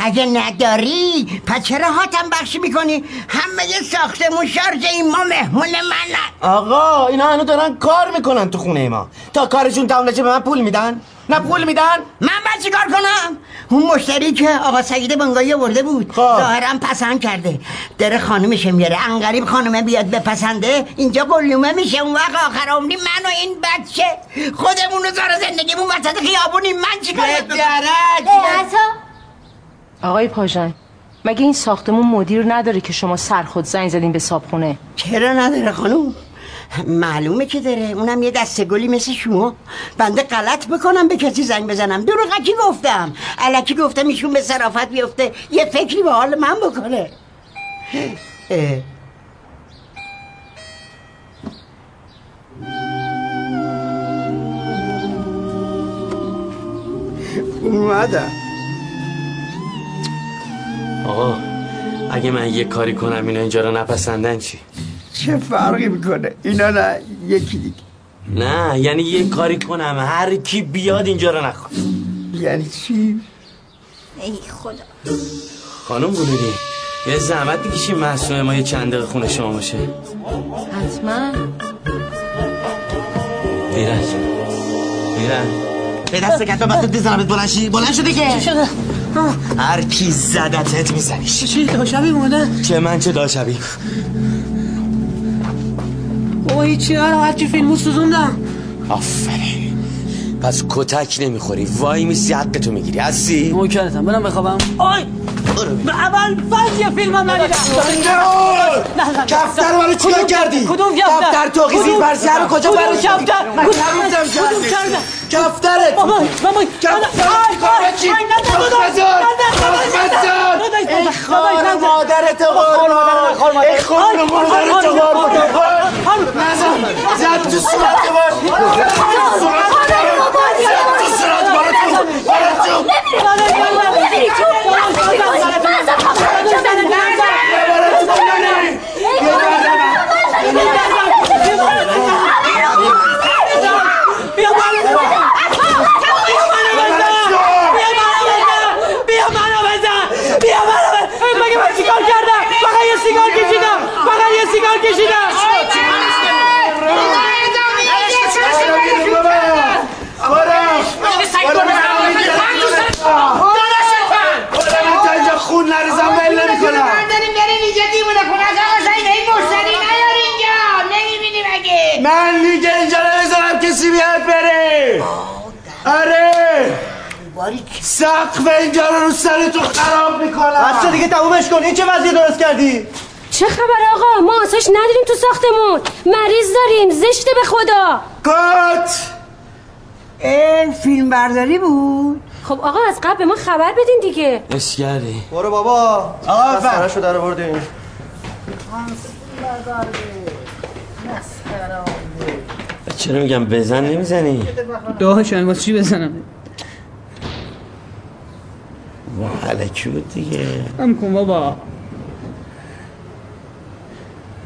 S15: اگه نداری پس چرا حاتم بخشی میکنی همه یه ساختمون شارژ این ما مهمون منن
S7: آقا اینا هنوز دارن کار میکنن تو خونه ما تا کارشون تمام نشه به من پول میدن نه پول میدن
S15: من بعد چیکار کنم اون مشتری که آقا سعید بنگایی آورده بود ظاهرا پسند کرده داره خانمش میاره انقریب خانمه بیاد بپسنده اینجا قلومه میشه اون وقت آخر عمری من و این بچه خودمون رو زار زندگیمون وسط خیابونی من چیکار باید بکنم؟
S17: آقای پاژان مگه این ساختمون مدیر نداره که شما سرخود زنگ زدین به صابخونه
S15: چرا نداره خانم معلومه که داره اونم یه دسته گلی مثل شما بنده غلط بکنم به کسی زنگ بزنم دروغکی گفتم علکی گفتم ایشون به صرافت بیفته یه فکری به حال من بکنه اه.
S30: اومدم
S4: آقا اگه من یه کاری کنم اینا اینجا رو نپسندن چی؟
S30: چه فرقی میکنه اینا نه یکی دیگه
S4: نه یعنی یه کاری کنم هر کی بیاد اینجا رو نخواد
S30: یعنی چی؟
S2: ای خدا
S4: خانم بلودی یه زحمت میکشی محصول ما یه چند دقیقه خونه شما باشه
S17: حتما
S4: ایرج ایرج
S7: به دست گردم وقتی بزنمت بلند شدی بلند شدی که چی شده؟ هر کی زدتت میزنیش
S1: چی داشبی مونه؟
S4: چه من چه داشبی
S1: بابا هیچی
S3: آره،
S1: هر هرچی فیلمو سوزوندم
S4: آفرین پس کتک نمیخوری وای میسی حق تو میگیری هستی؟
S1: نوکرتم برم بخوابم
S6: آی به اول فرض یه فیلمم ندیدم نه، نه، نه.
S7: کفتر رو برای چی
S6: کدوم
S7: کار کردی؟
S6: کف- کدوم کفتر
S7: کفتر تو آقیزی
S6: کدوم-
S7: بر سر رو کجا
S6: کدوم
S7: برش کردی؟
S6: کفتر
S7: من نبودم
S6: کدوم
S7: شهرش.
S6: کفتر
S7: کفترت
S6: مامان مامان
S7: کفتر
S6: آی،
S7: کار
S6: آی،
S7: چی؟
S6: آی، نه، نه،
S7: تخم
S6: نه، نه،
S7: زد.
S6: نه، نه،
S7: تخم
S6: نه، نه،
S7: زد.
S6: نه، نه،
S7: ای
S6: نه،
S7: خار
S6: نه، نه، نه.
S7: مادرت
S6: خار مادر،
S7: قربان.
S6: خار مادر.
S7: ای خون
S6: آی،
S7: مادرت
S6: آی، آی،
S7: قربان.
S6: آی، آی، آی.
S7: نزن. زد تو صورت من. زد تو صورت من. زد تو صورت من. برو تو.
S6: بیا منو بزن بیا منو بزن مگه من چیکار کردم فقط یه سیگار کشیدم فقط یه سیگار کشیدم آره. سقف اینجا رو رو سرتون خراب میکنم
S7: بچه دیگه تمومش کن این چه وضعی درست کردی
S34: چه خبر آقا ما آسایش نداریم تو ساختمون مریض داریم زشته به خدا
S6: کات
S35: این فیلم برداری بود
S34: خب آقا از قبل به ما خبر بدین دیگه
S4: اشگری
S7: برو بابا
S35: آفر.
S7: بسراشو در آوردیم
S4: چرا میگم بزن نمیزنی
S18: داشتن واسه چی بزنم
S4: و حلکی بود دیگه
S18: هم کن بابا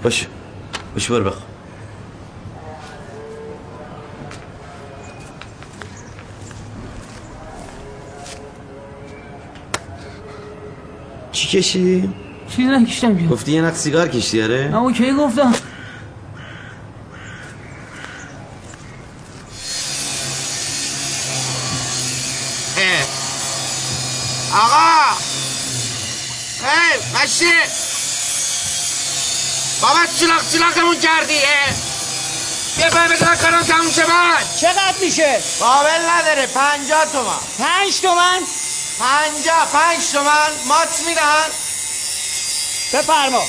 S4: باش باش برو بخوا چی کشی؟
S18: چیزی نکشتم که
S4: گفتی یه نقص سیگار کشتی آره؟
S18: اما کی گفتم
S6: آقا ای مشی بابا چلاق چلاقمون کردی اه. بیا باید بگن کنم تموم شه بعد
S30: چقدر میشه؟
S6: قابل نداره پنجا تومن
S30: پنج تومن؟
S6: پنجا پنج تومن مات میدن
S30: بفرما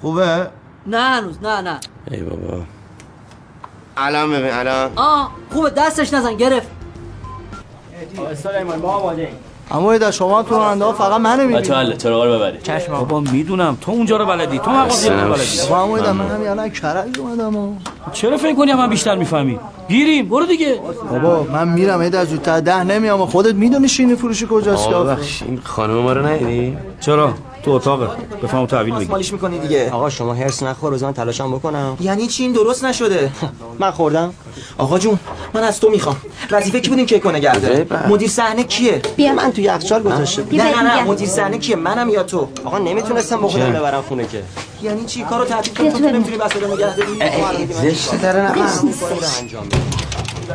S6: خوبه؟
S36: نه هنوز نه نه
S4: ای بابا
S6: الان ببین الان
S36: آه خوبه دستش نزن گرفت
S30: سلیمان ما آماده ایم
S7: عمو دا شما تو راننده ها فقط منو میبینی
S12: بتاله ترقه رو ببری
S7: چشم
S12: بابا میدونم تو اونجا رو بلدی تو مغازه رو
S7: بابا عمو
S12: بلدی
S7: دا من هم یعنی کرج اومدم و-
S12: چرا فکر کنی من بیشتر میفهمی گیریم برو دیگه
S7: بابا من میرم ایدا زودتر ده نمیام و خودت میدونی شینی فروشی کجاست
S4: آقا
S7: که
S4: بخش این خانم ما رو ندیدی؟
S12: آره یعنی چرا تو اتاقه بفهمو تحویل بگی
S7: مالیش میکنی دیگه
S12: آقا شما هرس نخور روزان تلاشم بکنم
S7: یعنی چی این درست نشده من خوردم آقا جون من از تو میخوام وظیفه کی بود این کیک رو نگه داره؟ مدیر صحنه کیه بیا من تو یخچال گذاشته
S37: بیا
S7: نه
S37: بهت
S7: نه نه
S37: میگم.
S7: مدیر صحنه کیه منم یا تو آقا نمیتونستم با خودم
S12: چرا؟
S7: ببرم خونه که یعنی چی کارو تعطیل کنی
S37: بیا
S7: تو
S37: تو
S7: که نمیتونی وسایل نگه داری
S1: زشته داره نه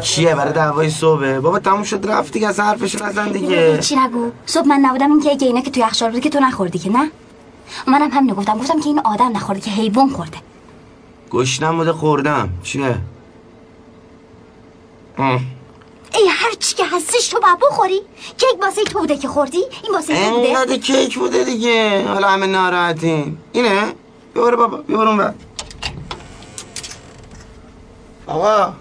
S1: چیه برای دعوای صبح بابا تموم شد رفت دیگه از حرفش نزن دیگه
S2: چی نگو صبح من نبودم این کیک اینا که توی یخچال بوده که تو نخوردی که نه منم همینو گفتم گفتم که این آدم نخورده که حیوان خورده
S1: گشنم بوده خوردم چیه آه.
S2: ای هر چی که هستش تو باید بخوری کیک واسه تو بوده که خوردی این واسه تو
S1: انقدر
S2: بوده
S1: کیک بوده دیگه حالا همه ناراحتین اینه بیار بابا بیار اون بر آقا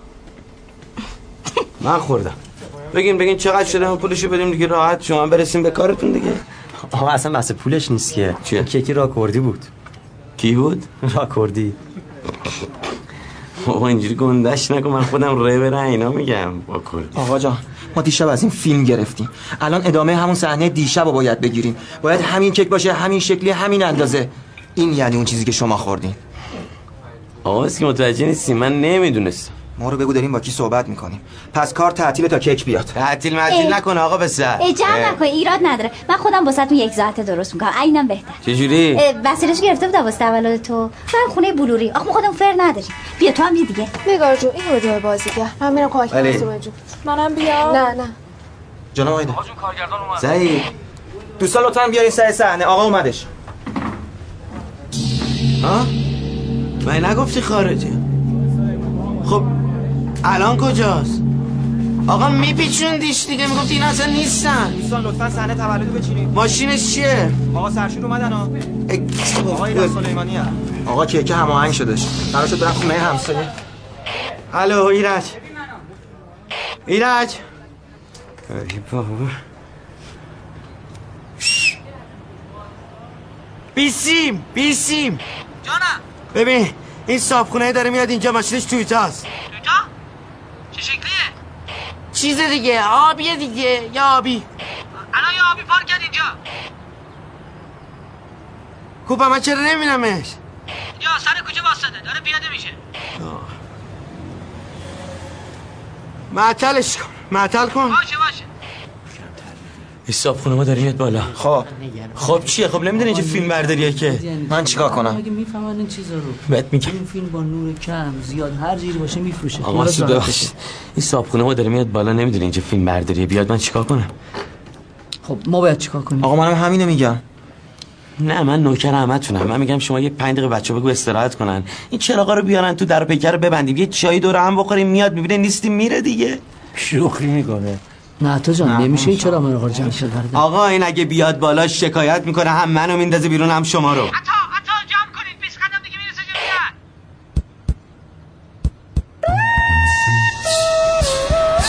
S1: من خوردم بگین بگین چقدر شده ما پولشو بدیم دیگه راحت شما برسیم به کارتون دیگه
S12: آقا اصلا بحث پولش نیست که چیه؟ کیکی راکوردی بود
S4: کی بود؟
S12: راکوردی
S4: بابا اینجوری گندش نکن من خودم ره به ره اینا میگم با کل
S37: آقا جان ما دیشب از این فیلم گرفتیم الان ادامه همون صحنه دیشب رو باید بگیریم باید همین کیک باشه همین شکلی همین اندازه این یعنی اون چیزی که شما خوردین
S4: آقا که متوجه نیستی من نمیدونستم
S37: ما رو بگو داریم با کی صحبت میکنیم پس کار تعطیل تا کیک بیاد
S1: تعطیل مجیل
S2: ای.
S1: نکن آقا به سر
S2: ای جمع نکن ایراد نداره من خودم واسه یک ساعته درست میکنم اینم بهتر
S4: چجوری؟
S2: اه، وسیلش گرفته بودم واسه تولد تو من خونه بلوری آخ ما خودم فر نداریم بیا تو هم یه دیگه
S10: نگار جو این ویدیو بازیگر من میرم کمک
S1: ولی-
S10: کنم سومن جون منم بیا نه نه
S37: جناب آیدا سعید دوستان لطفا بیارین سر صحنه آقا اومدش
S1: ها؟ من نگفتی خارجه خب الان کجاست آقا میپیچوندیش دیگه میگفت این اصلا نیستن
S37: دوستان لطفا صحنه تولدو بچینید
S1: ماشینش چیه
S37: آقا سرشون اومدن ها آقای سلیمانی هم آقا کیک هماهنگ شدش قرار شد برم خونه همسایه
S1: الو ایرج ایرج ای بابا بیسیم بیسیم
S30: جانم
S1: ببین این صابخونه داره میاد اینجا ماشینش تویتاست
S30: کجا؟ چه شکلیه؟
S1: چیز دیگه آبیه دیگه یا آبی
S30: الان یه آبی پارک کرد اینجا
S1: کوپا من چرا نمیبینمش
S30: اینجا سر کوچه واسطه داره پیاده میشه
S1: معطلش کن معطل کن
S30: باشه باشه
S4: حساب خونه ما داره میاد بالا
S37: خب
S4: خب چیه خب نمیدونی اینجا فیلم برداریه که
S37: من چیکار کنم
S18: اگه یعنی میفهمن این چیزا رو
S4: بهت میگم
S18: این فیلم با نور کم زیاد هر جوری باشه میفروشه
S4: آقا مسعود ببخشید این صابخونه ما داره میاد بالا نمیدونی اینجا فیلم برداریه بیاد من چیکار کنم
S18: خب ما باید چیکار کنیم
S37: آقا منم همینو میگم
S4: نه من نوکر همتونم من میگم شما یه پنج دقیقه بچه بگو استراحت کنن این چراغا رو بیارن تو در و پیکر رو ببندیم یه چایی دور هم بخوریم میاد میبینه نیستیم میره دیگه
S12: شوخی میکنه
S18: نه تو جان نمیشه این چرا من جمع شد
S1: آقا این اگه بیاد بالا شکایت میکنه هم منو میندازه بیرون هم شما رو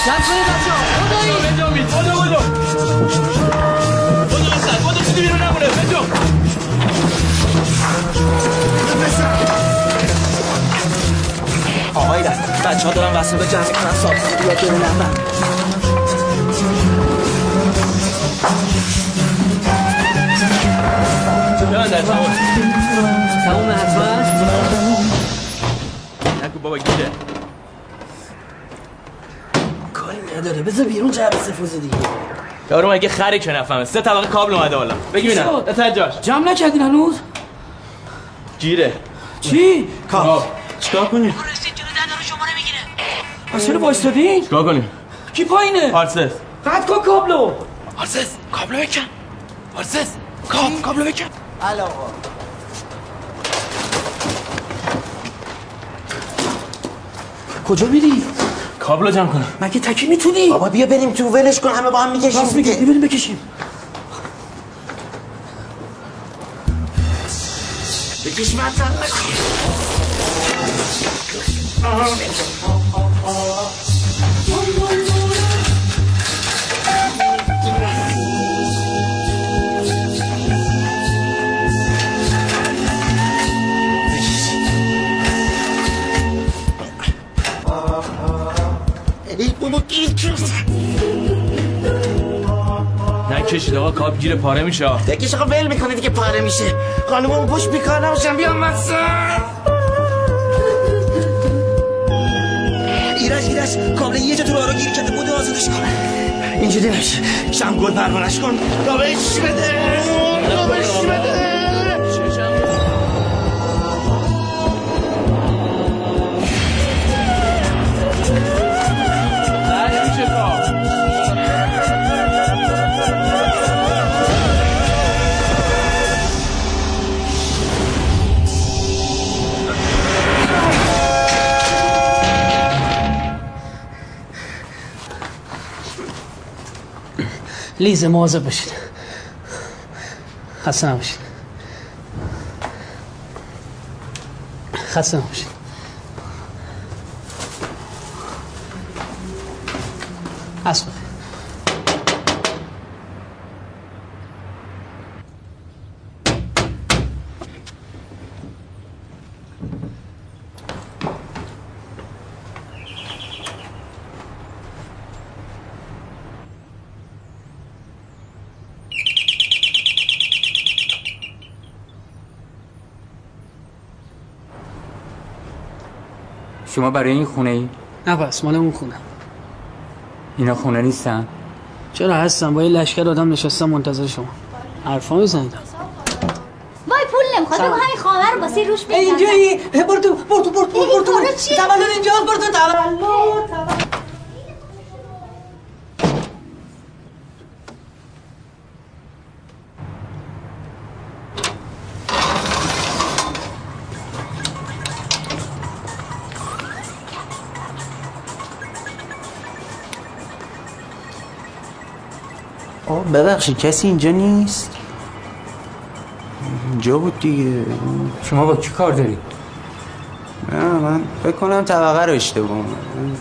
S6: جمع کنید بچه خدایی بجا بجا بجا بجا بجا سر بجا چیزی بیرون نمونه بجا
S4: آقای دست بچه ها دارن وسط جمع میکنن سابقه بیاد
S30: یعنی
S4: برونم من
S7: جان در تمام تمام حتما
S1: نکو بابا گیره
S18: کاری نداره بذار بیرون جعب سفوز دیگه
S7: یارو مگه خری که نفهمه سه طبقه کابل اومده بالا بگی
S18: چی
S7: ببینم
S18: شد؟
S7: نه جاش
S3: جمع نکردین هنوز
S7: گیره
S3: چی
S7: کاف چیکار کنی
S3: پس چرا وایستادین
S7: چیکار کنی
S3: کی پایینه
S7: پارسس
S3: قطع کن کابلو
S7: پارسس کابلو بکن پارسس کاف کابلو بکن
S38: علاقه
S7: کجا میری کابلو جمع کن
S1: مگه تکی میتونی بابا بیا بریم تو ولش کن همه با هم میکشیم
S7: راست میگه،
S1: دیگه.
S7: بریم بکشیم
S1: بکش من تن
S6: ای بابا گیر کرد
S7: نکشید آقا کاب گیره پاره میشه
S12: بله.
S1: یکیش آقا ول میکنه دیگه پاره میشه خانم اون پشت بیکار نباشم بیام مثلا ایرج ایرج کابل یه جا تو رو گیر کرده بود آزادش کن اینجوری نشه شم گل پروانش کن دابش بده دابش بده
S3: لیز مواظب باشین خسته نباشین خسته نباشین از خود.
S29: شما برای این خونه ای؟
S3: نه بس مال اون خونه
S29: اینا خونه نیستن؟
S3: چرا هستم با یه لشکر آدم نشستم منتظر شما حرفا میزنیدم
S39: وای پول نمیخواد بگو همین خامه رو باسی روش بگم
S3: اینجایی برو تو برو تو برو تو برو تو تولد اینجاست برو تو تولد
S1: آه ببخشید کسی اینجا نیست اینجا بود دیگه
S29: شما با کی کار داری؟
S1: نه من فکر کنم طبقه رو اشتباه اومد.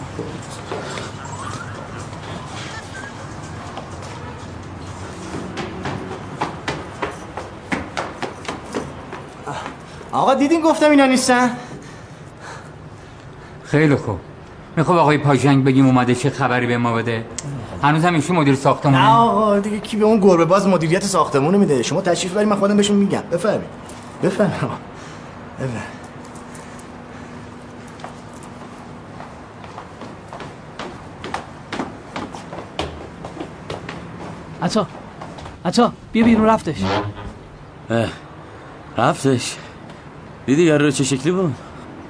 S5: آقا دیدین گفتم اینا نیستن
S29: خیلی خوب میخوام آقای پاجنگ بگیم اومده چه خبری به ما بده هنوز هم ایشون مدیر
S5: نه
S29: ساختمونه
S5: آقا دیگه کی به اون گربه باز مدیریت ساختمون میده شما تشریف بریم من خودم بهشون میگم بفرمایید بفرمایید آقا. بفرمایید.
S3: عطا عطا بیا بیرون رفتش
S5: Eh,
S4: اه، رفتش دیدی یارو چه شکلی بود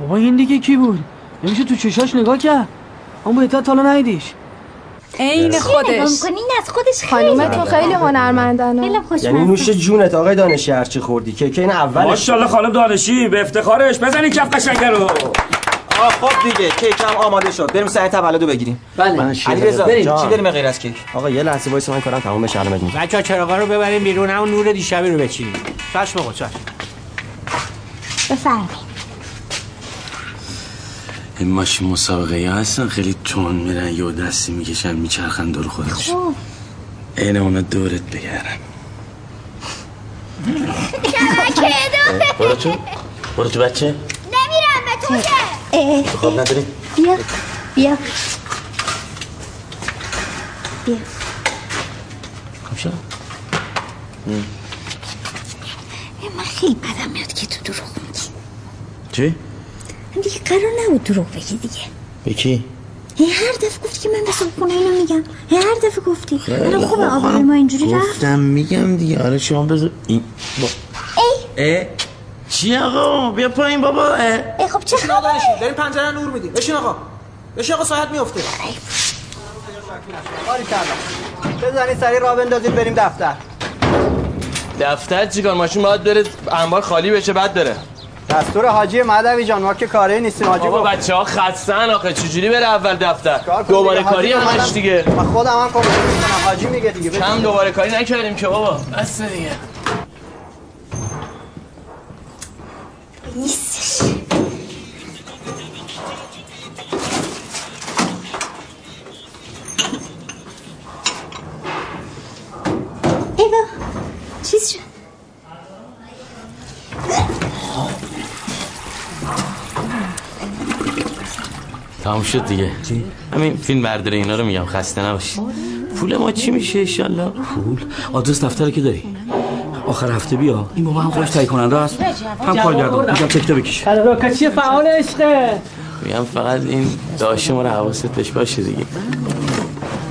S3: بابا این دیگه کی بود نمیشه تو چشاش نگاه کرد اون به تا حالا ندیدیش
S2: عین چی خودش. نگاه می‌کنی؟
S39: این از خودش خیلی
S2: خانومتون خیلی هنرمندن خیلی
S17: یعنی نوش جونت آقای دانشی هرچی خوردی که که این اولش
S12: ماشاءالله خانم دانشی به افتخارش بزنی کف قشنگه رو
S40: آه خب دیگه کیکم آماده شد بریم سر تولدو بگیریم
S7: بله
S40: علی رضا
S7: بریم.
S40: چی بریم غیر از کیک
S7: آقا یه لحظه وایس من کارم تمام بشه الان بهت میگم.
S6: بچه ها چراغا رو ببریم بیرون همون نور دیشبی رو بچینیم چشم آقا چشم
S2: بفرمایید
S4: این ماشین مسابقه ها هستن خیلی تون میرن یه دستی میکشن میچرخن دور خودش
S2: خب
S4: عین اونا دورت بگردن
S2: کمکه
S4: برو تو برو تو بچه
S2: نمیرم به تو که
S4: خواب نداری
S2: بیا بیا
S4: خب شد
S2: من خیلی بدم میاد که تو دروغ میگی
S4: چی؟
S2: من دیگه قرار نبود دروغ بگی دیگه
S4: به کی؟
S2: هی هر دفعه گفتی که من به صبحونه اینو میگم هی هر دفعه گفتی
S4: خیلی
S2: الان خوبه
S4: خوب.
S2: آبروی ما اینجوری رفت
S4: گفتم میگم دیگه آره شما بذار این با... ای چی آقا بیا پایین بابا اه.
S2: ای خب چه
S6: خبره داریم پنجره نور میدیم بشین آقا بشین آقا ساعت میفته
S30: بزنید سری راه بندازید بریم دفتر
S5: دفتر چیکار ماشین باید بره انبار خالی بشه بعد بره
S30: دستور حاجی مدوی جان ما که کاره نیستیم حاجی
S5: بابا
S30: گفت.
S5: بچه ها خستن آخه چجوری بره اول دفتر
S30: کن
S5: دوباره
S30: دیگه،
S5: کاری
S30: حاجی
S5: همش
S30: منم-
S5: دیگه
S30: من خودم هم کمک میکنم حاجی میگه دیگه بزن.
S5: کم دوباره کاری نکردیم که بابا بس دیگه
S2: نیستش ایوا چیز شد
S4: تمام شد دیگه همین فیلم برداره اینا رو میگم خسته نباشی پول ما چی میشه انشالله پول آدرس دفتر که داری آخر هفته بیا این بابا هم خودش تایید کننده است
S3: هم کارگردان. میگم
S4: تکته بکش
S3: کچی فعال عشقه
S4: میگم فقط این داشه ما رو حواست بهش باشه دیگه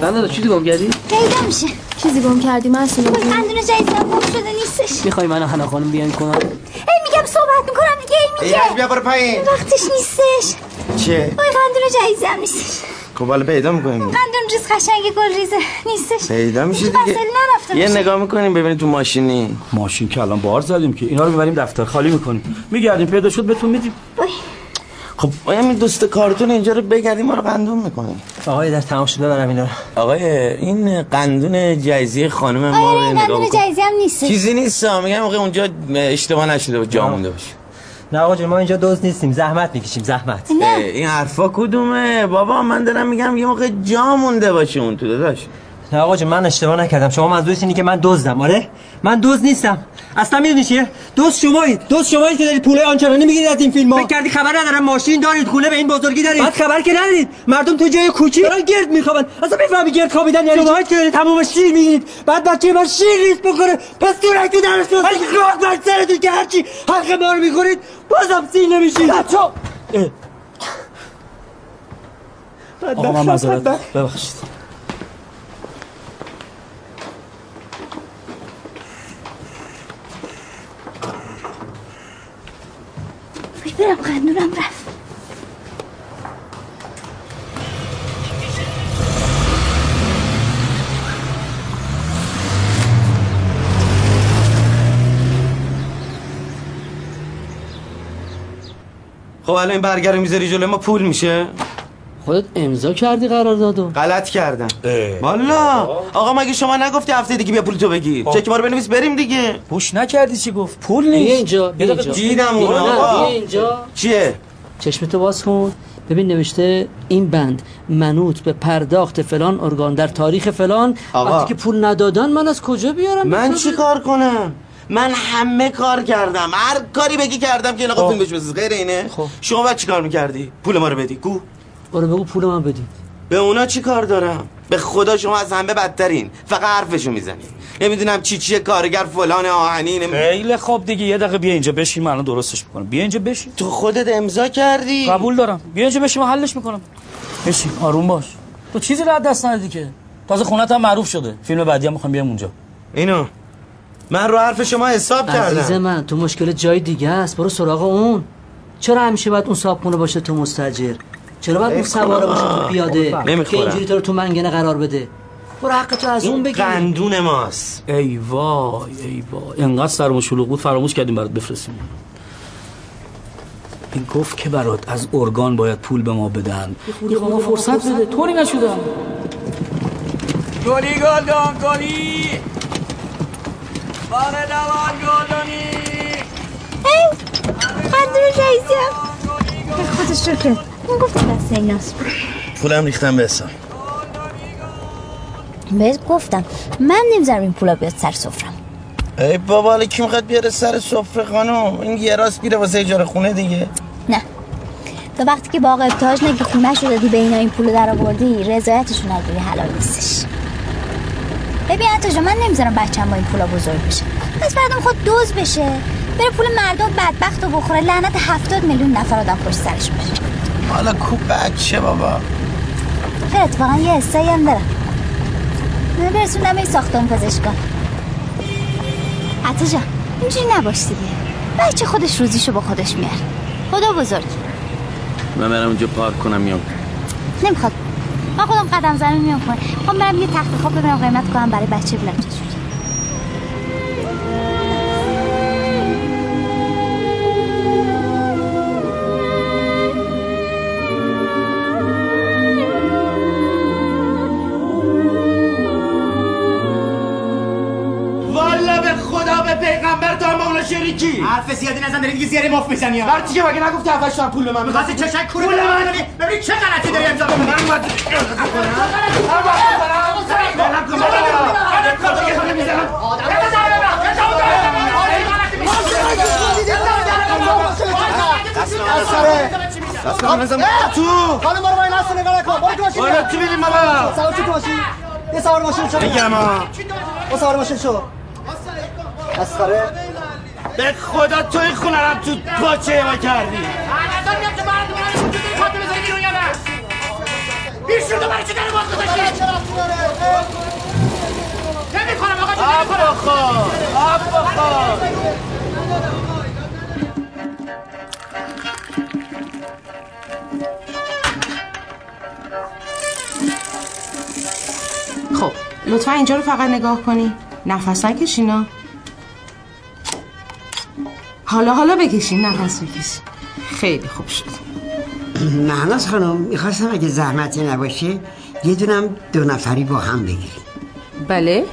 S18: بنده چیزی گم کردی
S2: پیدا میشه چیزی گم کردی من اصلا خندونه جایی گم شده نیستش
S18: میخوای منو حنا خانم بیان کنم
S2: هی میگم صحبت میکنم دیگه هی
S18: ای،
S2: میگه
S18: بیا برو پایین.
S2: وقتش نیستش
S1: چه؟
S2: وای قندون جهیزم نیستش
S1: خب حالا پیدا میکنیم
S2: قندون ریز قشنگ گل ریزه نیستش
S1: پیدا میشه
S2: هیچ
S1: دیگه.
S2: وصل نرفته
S1: یه
S2: باشه.
S1: نگاه میکنیم ببینید تو ماشینی
S5: ماشین که الان
S7: بار زدیم که اینا رو میبریم دفتر خالی میکنیم میگردیم پیدا شد بهتون میدیم
S1: خب ما همین دوست کارتون اینجا رو بگردیم ما رو قندون میکنیم
S7: آقای در تمام شد ببرم اینا
S1: آقای این قندون جایزی خانم ما رو
S2: آره
S1: نگاه
S2: قندون
S1: بکن.
S2: جهیزی هم نیستش
S1: چیزی نیست ها. میگم آقا اونجا اشتباه نشده بود جا مونده باشه
S7: نه آقا جون، ما اینجا دوز نیستیم زحمت میکشیم زحمت
S1: اه، این حرفا کدومه بابا من دارم میگم یه موقع جا مونده باشه اون تو داداش
S7: نه آقا جون، من اشتباه نکردم شما منظورش اینه که من دزدم آره من دوز نیستم اصلا میدونی چیه دوز شمایید دوز شمایید که دارید پوله آنچنانی میگیرید از این فیلم فکر کردی خبر ندارم ماشین دارید خونه به این بزرگی دارید بعد خبر که ندارید مردم تو جای کوچی دارن گرد میخوابن اصلا میفهمی گرد خوابیدن یعنی شماهایی که دارید تمام شیر میگیرید بعد بچه من شیر ریز بکنه پس دورک تو درست ولی راحت بر سرتون که هرچی حق ما رو میخورید بازم سیر نمیشید بچه
S3: آقا، من معذرت.
S7: ببخشید
S2: وای، برم قندونم رفت
S1: خب الان این برگر رو میذاری جلوی ما پول میشه
S18: خودت امضا کردی قرار دادو
S1: غلط کردم والا آقا خب. مگه شما نگفتی هفته دیگه بیا پول تو بگیر چک ما رو بنویس بریم دیگه
S18: گوش نکردی چی گفت پول
S1: نیست.
S18: بیا اینجا
S1: یه
S18: بیا
S1: دقیقه
S18: اینجا
S1: دیدم اونو،
S18: نه،
S1: آقا.
S18: بیا اینجا
S1: چیه
S18: چشمتو باز کن ببین نوشته این بند منوط به پرداخت فلان ارگان در تاریخ فلان
S1: آقا.
S18: وقتی که پول ندادن من از کجا بیارم
S1: من چی کار کنم من همه کار کردم هر کاری بگی کردم که این آقا
S18: خب.
S1: فیلم بهش بسازه. غیر اینه شما بعد چی کار میکردی پول ما رو بدی گو
S18: برو بگو پول من بدی
S1: به اونا چی کار دارم به خدا شما از همه بدترین فقط حرفشو میزنید نمیدونم چی چیه کارگر فلان آهنی
S12: خیلی خوب دیگه یه دقیقه بیا اینجا بشین من الان درستش میکنم بیا اینجا بشین
S1: تو خودت امضا کردی
S12: قبول دارم بیا اینجا بشین من حلش میکنم بشین آروم باش تو چیزی رو از دست ندادی که تازه خونت هم معروف شده فیلم بعدی هم میخوام بیام اونجا
S1: اینو من رو حرف شما حساب
S18: عزیز من تو مشکل جای دیگه است برو سراغ اون چرا همیشه باید اون صابخونه باشه تو مستجر چرا باید اون سواره باشه تو پیاده که
S1: خب، نمیخورم.
S18: اینجوری تو رو تو منگنه قرار بده برو حق تو از اون
S1: این
S18: بگیر
S1: قندون ماست
S12: ای وای ای وای انقدر سرمون شلوغ بود فراموش کردیم برات بفرستیم
S41: گفت که برات از ارگان باید پول به ما بدن ما فرصت بده طوری نشدم
S39: گلی گلدان گلی بار دوان گلدانی
S2: قدر جایزیم به خود شکرت من گفتی دست ایناست
S1: پولم ریختم به حساب
S2: بهت گفتم من نمیذارم این پولا بیاد سر سفرم
S1: ای بابا حالا کی میخواد بیاره سر سفره خانم این یه راست میره واسه اجاره خونه دیگه
S2: نه تا وقتی که باغ ابتاج نگه خونه شده دی به اینا این پول در آوردی رضایتشون از روی حلال نیستش ببین حتی جا من نمیذارم بچم با این پولا بزرگ بشه پس مردم خود دوز بشه بره پول مردم بدبخت و بخوره لعنت هفتاد میلیون نفر آدم پشت سرش باشه
S1: حالا کو بچه بابا
S2: خیر اتفاقا یه حسایی هم دارم من برسوندم این ساختمون پزشکان عطا جان اینجوری نباش دیگه بچه خودش روزیشو با خودش میاره خدا بزرگ
S4: من برم اونجا پارک کنم میام
S2: نمیخواد من خودم قدم زمین میام خونه خب برم یه تخت خواب ببینم قیمت کنم برای بچه ببینم چجوری
S6: والا به خدا به پیغمبر تا مولا شریکی
S5: حرف زیادی نزن داری دیگه زیادی مفت میزنی ها
S6: برای چیه مگه نگفتی اولش تو هم پول به من
S5: میخواستی چشک کوره
S6: پول
S5: به من
S6: من
S5: بدی؟ ببین چه غلطی داری امضا می‌کنی.
S6: من باید- بلم کن، بلم کن.
S5: تو خانم برو با این هست نگاه نکن برو تو ماشین
S6: برو
S1: آره،
S5: بیا.
S6: آره، تو بریم بابا.
S5: سوار تو تو ماشین یه سوار ماشین شو
S6: بگم ها.
S5: برو سوار ماشین شو مسخره
S6: به خدا تو این خونه رو هم تو پاچه ما کردی آب بخور آب بخور
S17: خب لطفا اینجا رو فقط نگاه کنی نفس نکشینا حالا حالا بکشین نفس بکشین خیلی خوب شد
S15: مهناز خانم میخواستم اگه زحمتی نباشه یه دونم دو نفری با هم بگیریم
S17: بله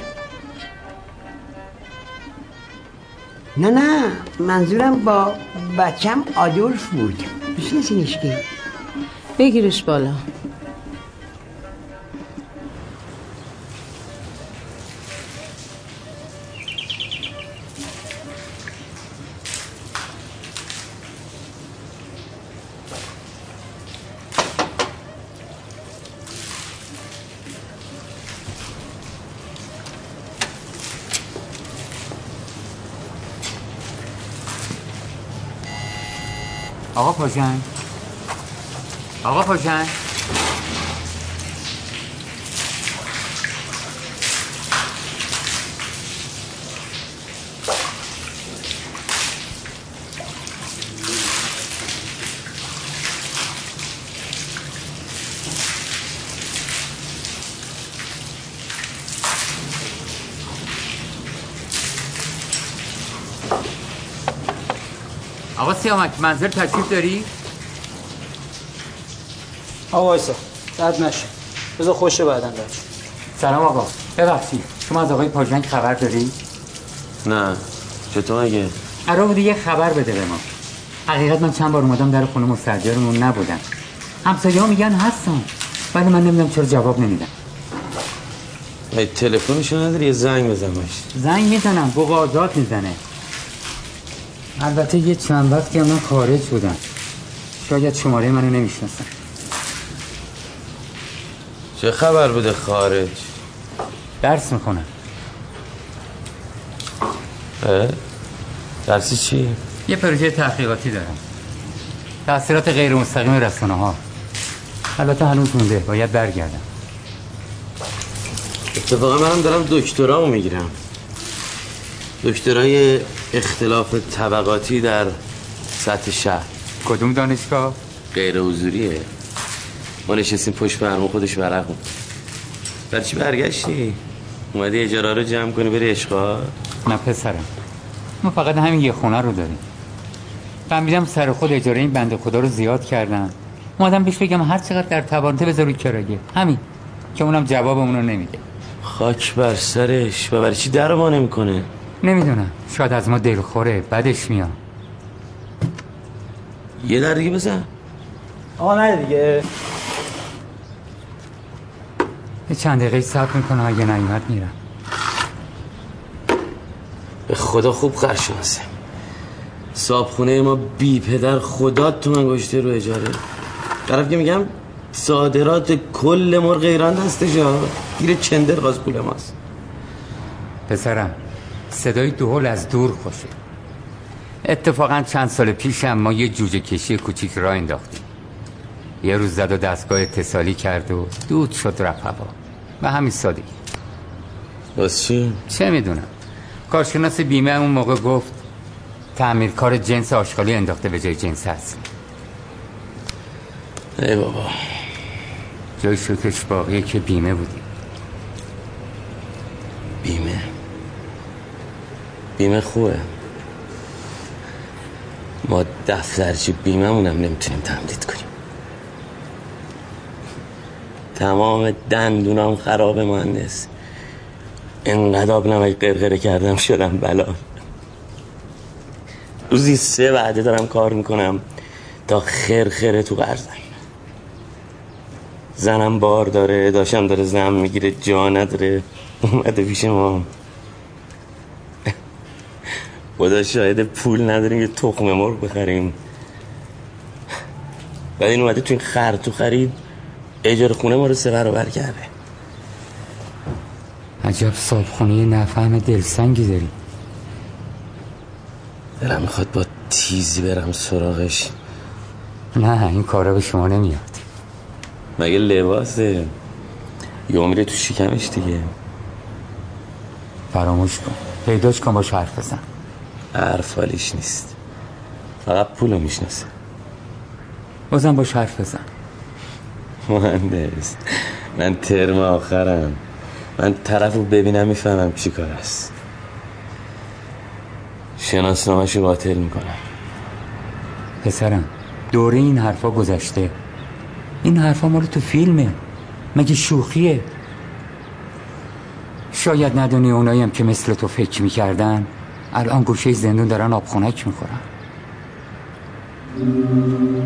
S15: نه نه منظورم با بچم آدولف بود میشناسینش که
S17: بگیرش بالا
S29: آقا پاشنگ آقا پاشنگ آقا سیامک منظر تشریف داری؟
S31: آقا وایسا رد نشه بذار خوش بعدن رد شه.
S29: سلام آقا ببخشید شما از آقای پاژنگ خبر داری؟
S4: نه چطور اگه
S29: قرار بوده یه خبر بده به ما حقیقت من چند بار اومدم در خونه مستجرمون نبودم همسایه ها میگن هستم ولی من نمیدونم چرا جواب نمیدم
S4: ای، تلفنشو نداری یه زنگ بزن باش
S29: زنگ میزنم بوق آزاد میزنه البته یه چند وقتی هم من خارج بودم شاید شماره منو نمیشناسن
S4: چه خبر بوده خارج
S29: درس میکنم
S4: اه؟ درسی چی؟
S29: یه پروژه تحقیقاتی دارم تاثیرات غیر مستقیم رسانه ها البته هنوز مونده باید برگردم
S4: اتفاقا منم دارم دکترامو میگیرم دکترای اختلاف طبقاتی در سطح شهر
S29: کدوم دانشگاه؟
S4: غیر حضوریه ما نشستیم پشت مرمون خودش ورق بود برای چی برگشتی؟ اومدی اجاره رو جمع کنی بری اشغال
S29: نه پسرم ما فقط همین یه خونه رو داریم من میرم سر خود اجاره این بنده خدا رو زیاد کردم اومدم بهش بگم هر چقدر در توانته بذار روی کرایه همین که اونم جواب اونو نمیده
S4: خاک بر سرش و برای چی در رو وا نمیکنه
S29: نمیدونم شاید از ما دلخوره بدش میاد
S4: یه در دیگه بزن
S31: آقا نه دیگه
S29: یه چند دقیقه صبر میکنه اگه نیومد میرم
S4: به خدا خوب قرشون هستم صابخونه ما بی پدر خدا تومن گشته رو اجاره طرف که میگم صادرات کل مرغ ایران دستش ها گیر چندر غاز پول ماست
S29: پسرم صدای دهل از دور خوشه اتفاقا چند سال پیش هم ما یه جوجه کشی کوچیک را انداختیم یه روز زد و دستگاه اتصالی کرد و دود شد رفت هوا و همین سادگی
S4: بس چی؟
S29: چه میدونم کارشناس بیمه اون موقع گفت تعمیرکار جنس آشغالی انداخته به جای جنس هست
S4: ای بابا
S29: جای شکرش باقیه که بیمه بودی
S4: بیمه بیمه خوبه ما دفترچی بیممونم نمیتونیم تمدید کنیم تمام دندونام خراب مهندس انقدر آب نمک قرقره کردم شدم بلا روزی سه وعده دارم کار میکنم تا خرخره تو قرضم زنم بار داره داشتم داره زن میگیره جا نداره اومده پیش ما خدا شاید پول نداریم یه تخم مرغ بخریم بعد این اومده تو این خر تو خرید اجاره خونه ما رو سه برابر کرده
S29: عجب صابخونه نفهم دلسنگی داری
S4: دلم میخواد با تیزی برم سراغش
S29: نه این کارا به شما نمیاد
S4: مگه لباسه یا میره تو شکمش دیگه
S29: فراموش کن پیداش کن باش حرف بزن
S4: حرف حالیش نیست فقط پولو میشناسه
S29: بازم باش حرف بزن
S4: مهندس من ترم آخرم من طرف رو ببینم میفهمم چی کار است شناسنامش رو باطل میکنم
S29: پسرم دوره این حرفا گذشته این حرفا مال تو فیلمه مگه شوخیه شاید ندونی اونایی هم که مثل تو فکر میکردن الان گوشه زندون دارن آبخونک میخورن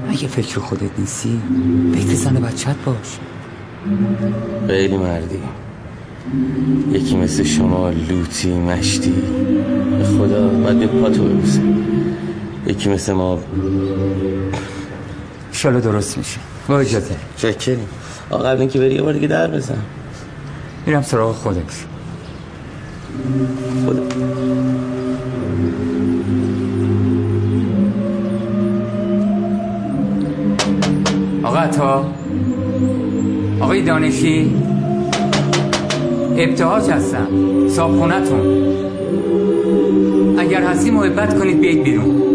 S29: اگه فکر خودت نیستی فکر زن بچت باش
S4: خیلی مردی یکی مثل شما لوتی مشتی به خدا باید به پاتو ببوسه یکی مثل ما
S29: شالا درست میشه با اجازه
S4: چکریم آقا قبل اینکه بری یه بار دیگه در بزن
S29: میرم سراغ خودت
S4: خود
S29: آقا عطا آقای دانشی ابتهاج هستم صابخونتون اگر هستی محبت کنید بیاید بیرون